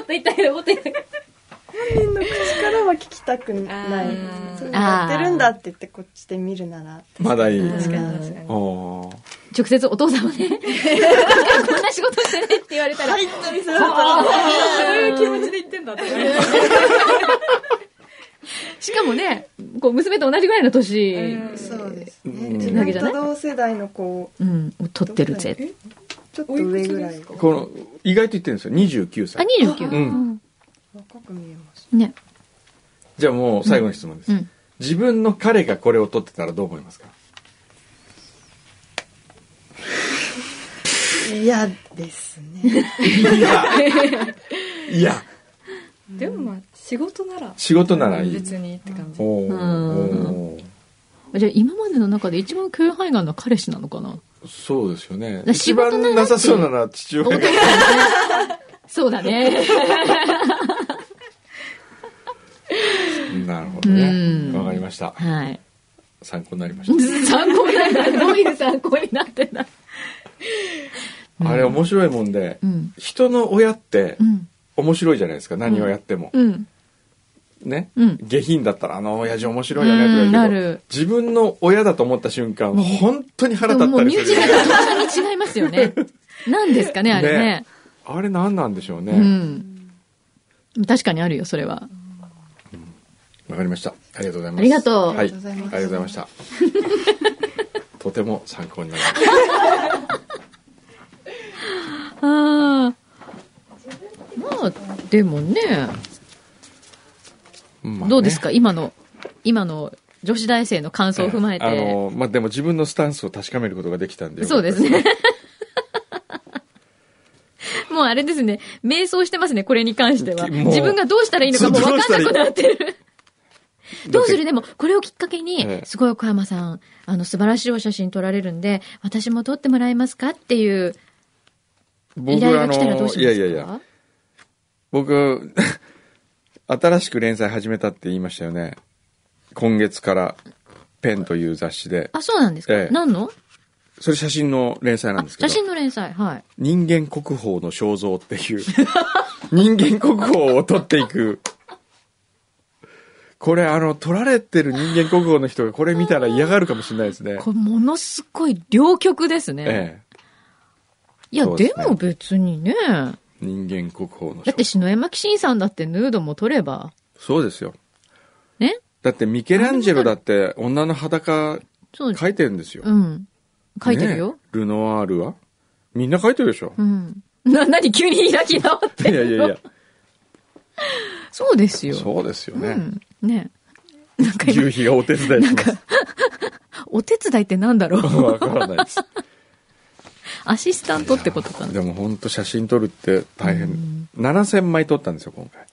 Speaker 2: と言ったけど、もっと言ったけど。
Speaker 3: 本人の口からは聞きたくない。そうやってるんだって言ってこっちで見るなら。
Speaker 1: まだいい。
Speaker 3: 確かに確かに。
Speaker 1: おー
Speaker 2: 直接お父さん (laughs) はね、こんな仕事してねって言われたら、
Speaker 3: 入った店だったら。
Speaker 5: そういう気持ちで言ってんだって。
Speaker 2: しかもね、こう娘と同じぐらいの年、
Speaker 3: そうですね。
Speaker 1: うん
Speaker 3: 自分と同世代の子、
Speaker 2: うん、取ってるぜ。
Speaker 3: ちょっと上ぐらい。
Speaker 1: この、意外と言ってるんですよ。29
Speaker 2: あ
Speaker 1: 歳、。
Speaker 2: 29。
Speaker 1: うん
Speaker 3: 若く見えます。
Speaker 2: ね。
Speaker 1: じゃあもう最後の質問です。
Speaker 2: うん。
Speaker 1: 自分の彼がこれを撮ってたらどう思いますか
Speaker 3: 嫌ですね。
Speaker 1: いや、いや、
Speaker 5: でもまあ、仕事なら。
Speaker 1: 仕事ならいい。
Speaker 5: 別にって感じ。
Speaker 1: おー
Speaker 2: うん
Speaker 1: おー
Speaker 2: じゃあ今までの中で一番共配眼の彼氏なのかな
Speaker 1: そうですよね。
Speaker 2: ら
Speaker 1: 一
Speaker 2: 仕事なら
Speaker 1: 番なさそうなのは父親が。
Speaker 2: (laughs) そうだね。
Speaker 1: なるほどね
Speaker 2: う。ん
Speaker 1: わかりました。
Speaker 2: (laughs) はい。
Speaker 1: 参考になりました。
Speaker 2: 参 (laughs) 考になった。どういう参考になってんだ。
Speaker 1: あれ面白いもんで、
Speaker 2: うん。
Speaker 1: 人の親って
Speaker 2: うん。
Speaker 1: 面白いじゃないですか。何をやっても。
Speaker 2: うん。
Speaker 1: ね。
Speaker 2: うん。
Speaker 1: 下品だったら、あの親父面白いよねとか言うけど
Speaker 2: なる。
Speaker 1: 自分の親だと思った瞬間、本当に
Speaker 2: で
Speaker 1: 腹
Speaker 2: も
Speaker 1: 立っ
Speaker 2: も
Speaker 1: た
Speaker 2: う
Speaker 1: り
Speaker 2: 身内
Speaker 1: する
Speaker 2: が
Speaker 1: よね。
Speaker 2: 完全に違いますよ
Speaker 1: (laughs)
Speaker 2: ね。なんですかね、あれね
Speaker 1: ね。あれ何なんでしょうね。
Speaker 2: う
Speaker 1: わ、
Speaker 2: ん。確かにあるよ、それは。
Speaker 1: かりました。ありがとうございます。
Speaker 2: ありがとう
Speaker 1: はい。あ
Speaker 3: あ
Speaker 1: り
Speaker 3: り
Speaker 1: が
Speaker 3: が
Speaker 1: とうご
Speaker 3: とうご
Speaker 1: ざ
Speaker 3: ざ
Speaker 1: い
Speaker 3: いました
Speaker 1: まし
Speaker 2: (laughs)
Speaker 1: た。とても参考になりました。
Speaker 2: ああ。まあ、でもね、
Speaker 1: まあね
Speaker 2: どうですか、今の、今の女子大生の感想を踏まえて。
Speaker 1: あの、まあ、でも自分のスタンスを確かめることができたんで。
Speaker 2: そうですね。 (laughs) もうあれですね、迷走してますね、これに関しては。
Speaker 1: もう
Speaker 2: 自分がどうしたらいいのかもう分かんなくなってる。(laughs)
Speaker 1: ど
Speaker 2: ど
Speaker 1: う
Speaker 2: う
Speaker 1: す
Speaker 2: す
Speaker 1: る
Speaker 2: るでも、これをきっかけ
Speaker 1: ええ
Speaker 2: に、すごい小山さん、あの、素晴らしいお写真撮られるんで、私も撮ってもらえますかっていう依
Speaker 1: 僕
Speaker 2: 頼
Speaker 1: あ
Speaker 2: が来たらどう
Speaker 1: の、
Speaker 2: しますか
Speaker 1: いやいやいや、僕、新しく連載始めたって言いましたよね。今月から、ペンという雑誌で。
Speaker 2: あ、そうなんですか、
Speaker 1: ええ
Speaker 2: 何の
Speaker 1: それ写真の連載なん
Speaker 2: あ
Speaker 1: です、けど
Speaker 2: 写。真の連載、はい。
Speaker 1: 人間国宝の肖像っていう、 (laughs) 人間国宝を撮っていく。これあの、撮られてる人間国宝の人がこれ見たら嫌がるかもしれないですね。
Speaker 2: これ、ものすごい両極ですね。
Speaker 1: ええ。
Speaker 2: いや、
Speaker 1: そうで
Speaker 2: です
Speaker 1: ね
Speaker 2: も別にね、
Speaker 1: 人間国宝の肖像
Speaker 2: だって篠山紀信さんだってヌードも撮れば、
Speaker 1: そうですよ。
Speaker 2: ね
Speaker 1: だってミケランジェロだって女の裸
Speaker 2: そう
Speaker 1: 描いてるんですよ。
Speaker 2: うん。書いてるよ。
Speaker 1: ねルノワールはみんな描いてるでしょ
Speaker 2: う。ん。 (laughs) な、なに急に開き直っ
Speaker 1: い
Speaker 2: て
Speaker 1: やいや
Speaker 2: (laughs)
Speaker 1: いや、
Speaker 2: そうですよ。
Speaker 1: そうですよ
Speaker 2: う
Speaker 1: ね。
Speaker 2: ん。ねなんか今
Speaker 1: 牛皮がお手伝いします。
Speaker 2: お手伝いってなんだろう
Speaker 1: わからないです。
Speaker 2: アシスタントってことか
Speaker 1: で
Speaker 2: な。
Speaker 1: も本当写真撮るって大変。7000枚撮ったんですよ、今回。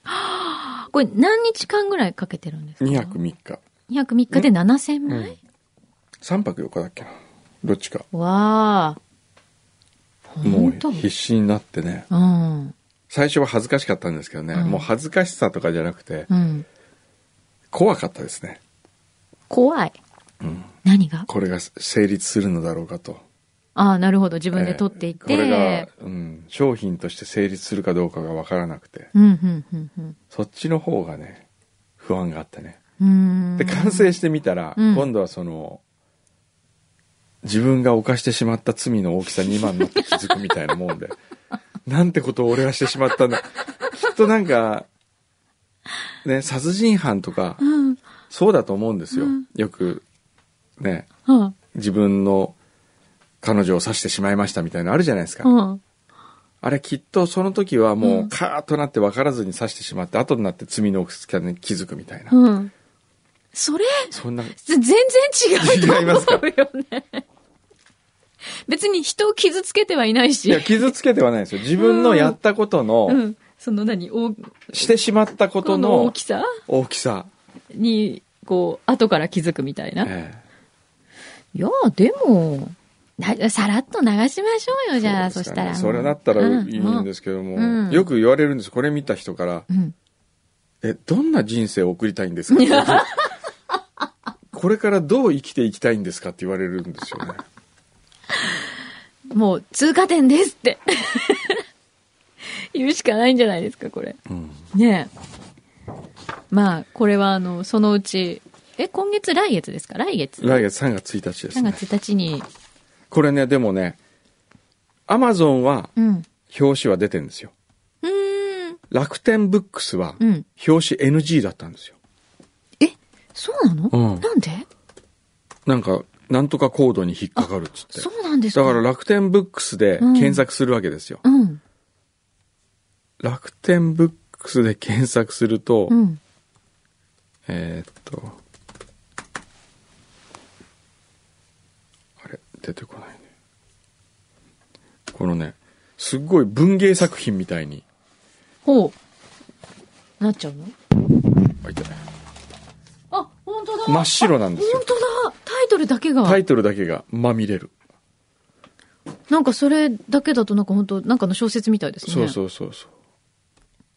Speaker 2: これ何日間ぐらいかけてるんですか
Speaker 1: 2泊3日。
Speaker 2: 203日で7000枚、
Speaker 1: 3泊4日だっけな。どっちか。
Speaker 2: わあ。
Speaker 1: も
Speaker 2: 本当
Speaker 1: う必死になってね。
Speaker 2: うん。
Speaker 1: 最初は恥ずかしかったんですけどね。
Speaker 2: うん
Speaker 1: もう恥ずかしさとかじゃなくて
Speaker 2: う、ん。
Speaker 1: 怖かったですね。
Speaker 2: 怖い。
Speaker 1: うん
Speaker 2: 何が
Speaker 1: これが成立するのだろうかと。
Speaker 2: ああ、なるほど。自分で撮っていて。
Speaker 1: えーこれが、うん、商品として成立するかどうかが分からなくて
Speaker 2: うん、うん、うん、うん。
Speaker 1: そっちの方がね不安があったね
Speaker 2: うーん
Speaker 1: で完成してみたら、
Speaker 2: うん
Speaker 1: 今度はその自分が犯してしまった罪の大きさに今になって気づくみたいなも
Speaker 2: (laughs)
Speaker 1: んでなんてことを俺はしてしまったんだきっとなんかね殺人犯とか
Speaker 2: うん。
Speaker 1: そうだと思うんですよ、
Speaker 2: うん
Speaker 1: よくね
Speaker 2: は
Speaker 1: 自分の彼女を刺してしまいましたみたいなのあるじゃないですか、
Speaker 2: あ、は
Speaker 1: あれきっとその時はも
Speaker 2: う
Speaker 1: うんカーッとなって分からずに刺してしまって後になって罪の大きさに気づくみたいな、
Speaker 2: あ、うん。それ、
Speaker 1: そんな、
Speaker 2: 全然違うと思
Speaker 1: 違いますか
Speaker 2: うよね。別に人を傷つけてはいない
Speaker 1: い
Speaker 2: し
Speaker 1: や、、傷つけてはないですよ。自分のやったことの、
Speaker 2: うん。その何、大
Speaker 1: してしまったこ
Speaker 2: ことの大
Speaker 1: の
Speaker 2: きさ
Speaker 1: 大きさ。
Speaker 2: に、こう、後から気づくみたいな。
Speaker 1: ええ
Speaker 2: いや、でも、なさらっと流しましょうよ、じゃあ、そ,、
Speaker 1: うで
Speaker 2: し
Speaker 1: すか
Speaker 2: た
Speaker 1: ね
Speaker 2: ら。。
Speaker 1: それだったらいいんですすけども、
Speaker 2: うん
Speaker 1: よく言われるんです。これ見た人から、
Speaker 2: うん。
Speaker 1: え、どんな人生を送りたいんですかこれからどう生きていきたいんですかって言われるんですよね。
Speaker 2: もう、通過点ですって。 (laughs) 言うしかないんじゃないですか、これ。
Speaker 1: うん。
Speaker 2: ねえ。まあ、これは、あの、そのうち、え、今月、来月ですか来月。
Speaker 1: 来月3月1日です
Speaker 2: 3
Speaker 1: ね。
Speaker 2: 月1日に、
Speaker 1: これね、でもね、アマゾンは
Speaker 2: うん。
Speaker 1: 表紙は出てるんですよ。
Speaker 2: うーん。
Speaker 1: 楽天ブックスは
Speaker 2: うん。
Speaker 1: 表紙 NG だったんですよ。
Speaker 2: え、そうなの、
Speaker 1: うん
Speaker 2: なんで
Speaker 1: なんか、なんとかコードに引っかかるっつって。
Speaker 2: そうなんですか
Speaker 1: だから楽天ブックスで検索するわけですよ。
Speaker 2: うん。
Speaker 1: 楽天ブックスで検索すると、
Speaker 2: うん。
Speaker 1: えーっと、あれ、出てこないね。このね、すっごい文芸作品みたいに、
Speaker 2: ほう。なっちゃうの
Speaker 1: あ痛い
Speaker 2: あ、本当だ。
Speaker 1: 真っ白なんですよ
Speaker 2: 本。当だタイトルだけが。
Speaker 1: タイトルだけがまみれる。
Speaker 2: なんかそれだけだとなんか本当なんかの小説みたいですね。
Speaker 1: そう
Speaker 2: う。
Speaker 1: そうそうそ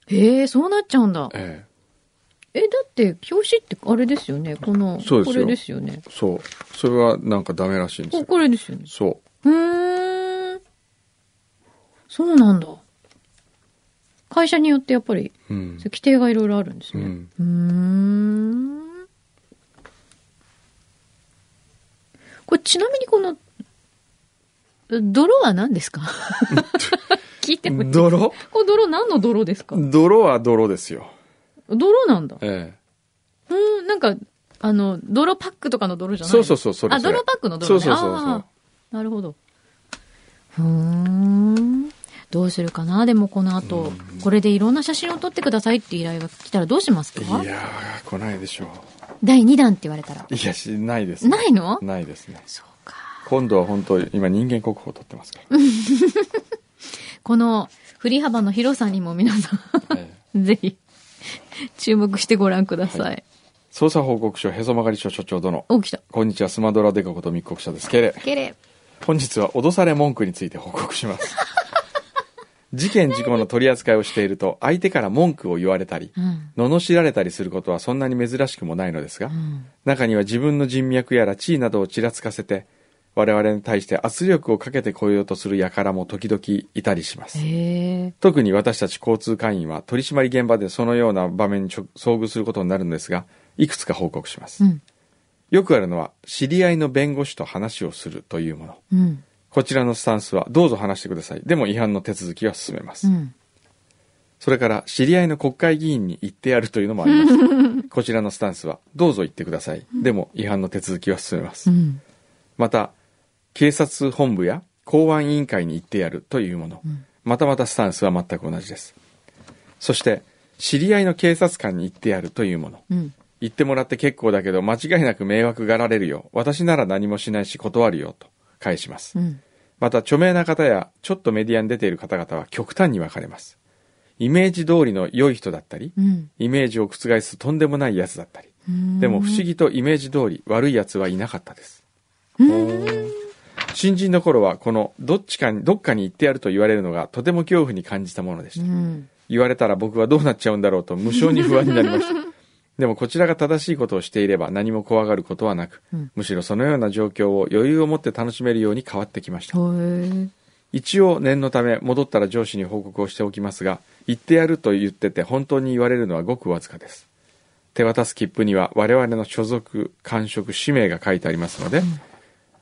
Speaker 1: う。
Speaker 2: へえ、そうなっちゃうんだ。
Speaker 1: え
Speaker 2: え、だって表紙ってあれですよね。この、
Speaker 1: そうですよ
Speaker 2: これですよね
Speaker 1: え。そう。それはなんかダメらしいんです
Speaker 2: こ
Speaker 1: よ。
Speaker 2: これですよね。
Speaker 1: そう
Speaker 2: ーん。そうなんだ。会社によってやっぱり
Speaker 1: う。うん
Speaker 2: そう。規定がいろいろあるんです
Speaker 1: う
Speaker 2: ね。
Speaker 1: ん。
Speaker 2: うーん。これちなみにこの、泥は何ですか聞いてもいい
Speaker 1: 泥
Speaker 2: これ泥何の泥ですか
Speaker 1: 泥は泥ですよ。
Speaker 2: 泥なんだ。
Speaker 1: え
Speaker 2: うーん、なんか、あの、泥パックとかの泥じ
Speaker 1: え。
Speaker 2: ゃない
Speaker 1: そうそう
Speaker 2: そ
Speaker 1: そう、それ
Speaker 2: あ、
Speaker 1: それ
Speaker 2: 泥パックの泥、ね、
Speaker 1: そうそうそうそう
Speaker 2: あーなるほど。ふーん。どうするかなでもこの後、これでいろんな写真を撮ってくださいって依頼が来たらどうしますか
Speaker 1: いやー、来ないでしょ
Speaker 2: 第2弾って言われたら。
Speaker 1: う。いや、しないです、
Speaker 2: ないの
Speaker 1: ないですね。
Speaker 2: そうか。
Speaker 1: 今度は本当、今人間国宝撮ってますから。
Speaker 2: この振り幅の広さにも皆さ
Speaker 1: ええ
Speaker 2: ん、ぜひ、注目してご覧ください。
Speaker 1: は捜査報告書、へそ曲がり署署長殿。
Speaker 2: お、来た。
Speaker 1: こんにちは、スマドラデカこと密告者です。けれ。
Speaker 2: けれ。
Speaker 1: 本日は脅され文句について報告します。事件事故の取り扱いをしていると、相手から文句を言われたり、
Speaker 2: うん。
Speaker 1: 罵られたりすることはそんなに珍しくもないのですが
Speaker 2: う、ん。
Speaker 1: 中には自分の人脈やら地位などをちらつかせて、我々に対して圧力をかけてこようとする輩も時々いたりします。
Speaker 2: へえ。
Speaker 1: 特に私たち交通会員は取締り現場でそのような場面にちょ遭遇することになるのですが、いくつか報告します。
Speaker 2: うん。
Speaker 1: よくあるのは、知り合いの弁護士と話をするというもの。
Speaker 2: うん。
Speaker 1: こちらのスタンスは、どうぞ話してください。でも違反の手続きは進めます。
Speaker 2: うん。
Speaker 1: それから、知り合いの国会議員に言ってやるというのもあります。こちらのスタンスは、どうぞ言ってください。でも違反の手続きは進めます
Speaker 2: う。ん。
Speaker 1: また警察本部や公安委員会に行ってやるというもの、またまたスタンスは全く同じですそして知り合いの警察官に行ってやるというもの
Speaker 2: うん。
Speaker 1: 言ってもらって結構だけど間違いなく迷惑がられるよ私なら何もしないし断るよと返します、
Speaker 2: うん。
Speaker 1: また著名な方やちょっとメディアに出ている方々は極端に分かれますイメージ通りの良い人だったり、
Speaker 2: うん。
Speaker 1: イメージを覆すとんでもないやつだったり
Speaker 2: うん
Speaker 1: でも不思議とイメージ通り悪い奴はいなかったです。新人の頃はこのどっちかにどっかに行ってやると言われるのがとても恐怖に感じたものでし
Speaker 2: う
Speaker 1: た。
Speaker 2: ん。
Speaker 1: 言われたら僕はどうなっちゃうんだろうと無性に不安になりました。
Speaker 2: (laughs)
Speaker 1: でもこちらが正しいことをしていれば何も怖がることはなく、
Speaker 2: うん
Speaker 1: むしろそのような状況を余裕を持って楽しめるように変わってきました。
Speaker 2: ほえ。
Speaker 1: 一応念のため戻ったら上司に報告をしておきますが言ってやると言ってて本当に言われるのはごくわずかです手渡す切符には我々の所属官職氏名が書いてありますので、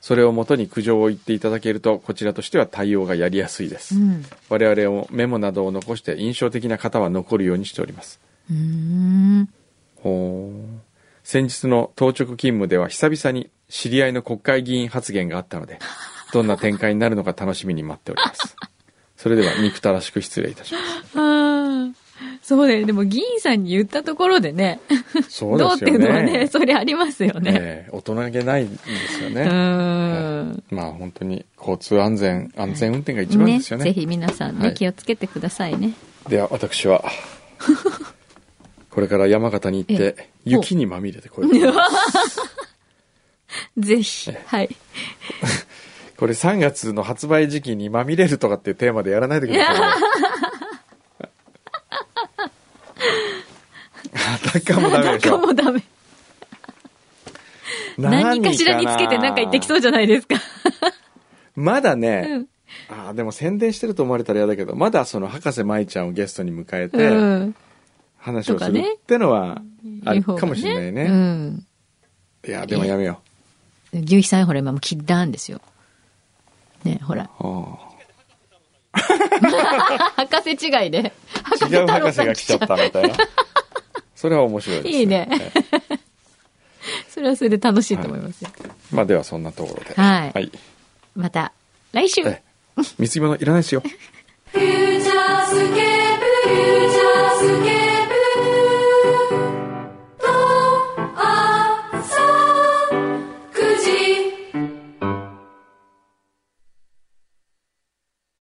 Speaker 1: それをもとに苦情を言っていただけるとこちらとしては対応がやりやすいです、
Speaker 2: うん。
Speaker 1: 我々もメモなどを残して印象的な方は残るようにしております
Speaker 2: うん。
Speaker 1: ほう先日の当直勤務では久々に知り合いの国会議員発言があっ
Speaker 2: (laughs)
Speaker 1: たのでどんな展開になるのか楽しみに待っておりますそれでは憎たらしく失礼いたします
Speaker 2: あーそうだよ。でも議員さんに言ったところでね、
Speaker 1: そうで
Speaker 2: どうっ
Speaker 1: す
Speaker 2: てい
Speaker 1: よ
Speaker 2: うのは
Speaker 1: ね
Speaker 2: ね、。それありますよ (laughs) ね。
Speaker 1: ええ大人げないんですよ
Speaker 2: う
Speaker 1: ね。
Speaker 2: ーん。
Speaker 1: まあ本当に交通安全、安全運転が一番ですよね。
Speaker 2: ぜひ皆さんね、
Speaker 1: はい
Speaker 2: 気をつけてくださいね。
Speaker 1: では
Speaker 2: (laughs)
Speaker 1: 私は、これから山形に行って、
Speaker 2: えほう
Speaker 1: 雪にまみれてこよう
Speaker 2: (laughs)
Speaker 1: と思います
Speaker 2: ぜひ。はい。
Speaker 1: これ3月の発売時期にまみれるとかっていうテーマでやらないでくださいね。裸もダメでし
Speaker 2: 裸
Speaker 1: ょ。。
Speaker 2: もダメ。何かしらにつけてなんか言ってきそううじゃないですか。
Speaker 1: まだ
Speaker 2: う
Speaker 1: ね
Speaker 2: ん、。
Speaker 1: ああ、でも宣伝してると思われたら嫌だけど、まだその博士舞ちゃんをゲストに迎え
Speaker 2: う
Speaker 1: て
Speaker 2: ん。
Speaker 1: 話をす
Speaker 2: とか
Speaker 1: る
Speaker 2: ね
Speaker 1: ってのは、あ
Speaker 2: い
Speaker 1: り
Speaker 2: い方が
Speaker 1: かもしれないね。
Speaker 2: うん。
Speaker 1: いや、でもやめよ
Speaker 2: 牛肥さんほら今もう切ったんですよ。ね、ほ
Speaker 1: (laughs)
Speaker 2: ら。
Speaker 1: う。うん
Speaker 2: 博士違いで。
Speaker 1: 違う博士が来ちゃったみたいな。それは面白いです、ね。
Speaker 2: いいね
Speaker 1: はい
Speaker 2: それはそれで楽しいと思いますよ。
Speaker 1: まあではそんなところで。
Speaker 2: はい
Speaker 1: はい。
Speaker 2: また、来週
Speaker 1: ええ、水着物いらないですよ。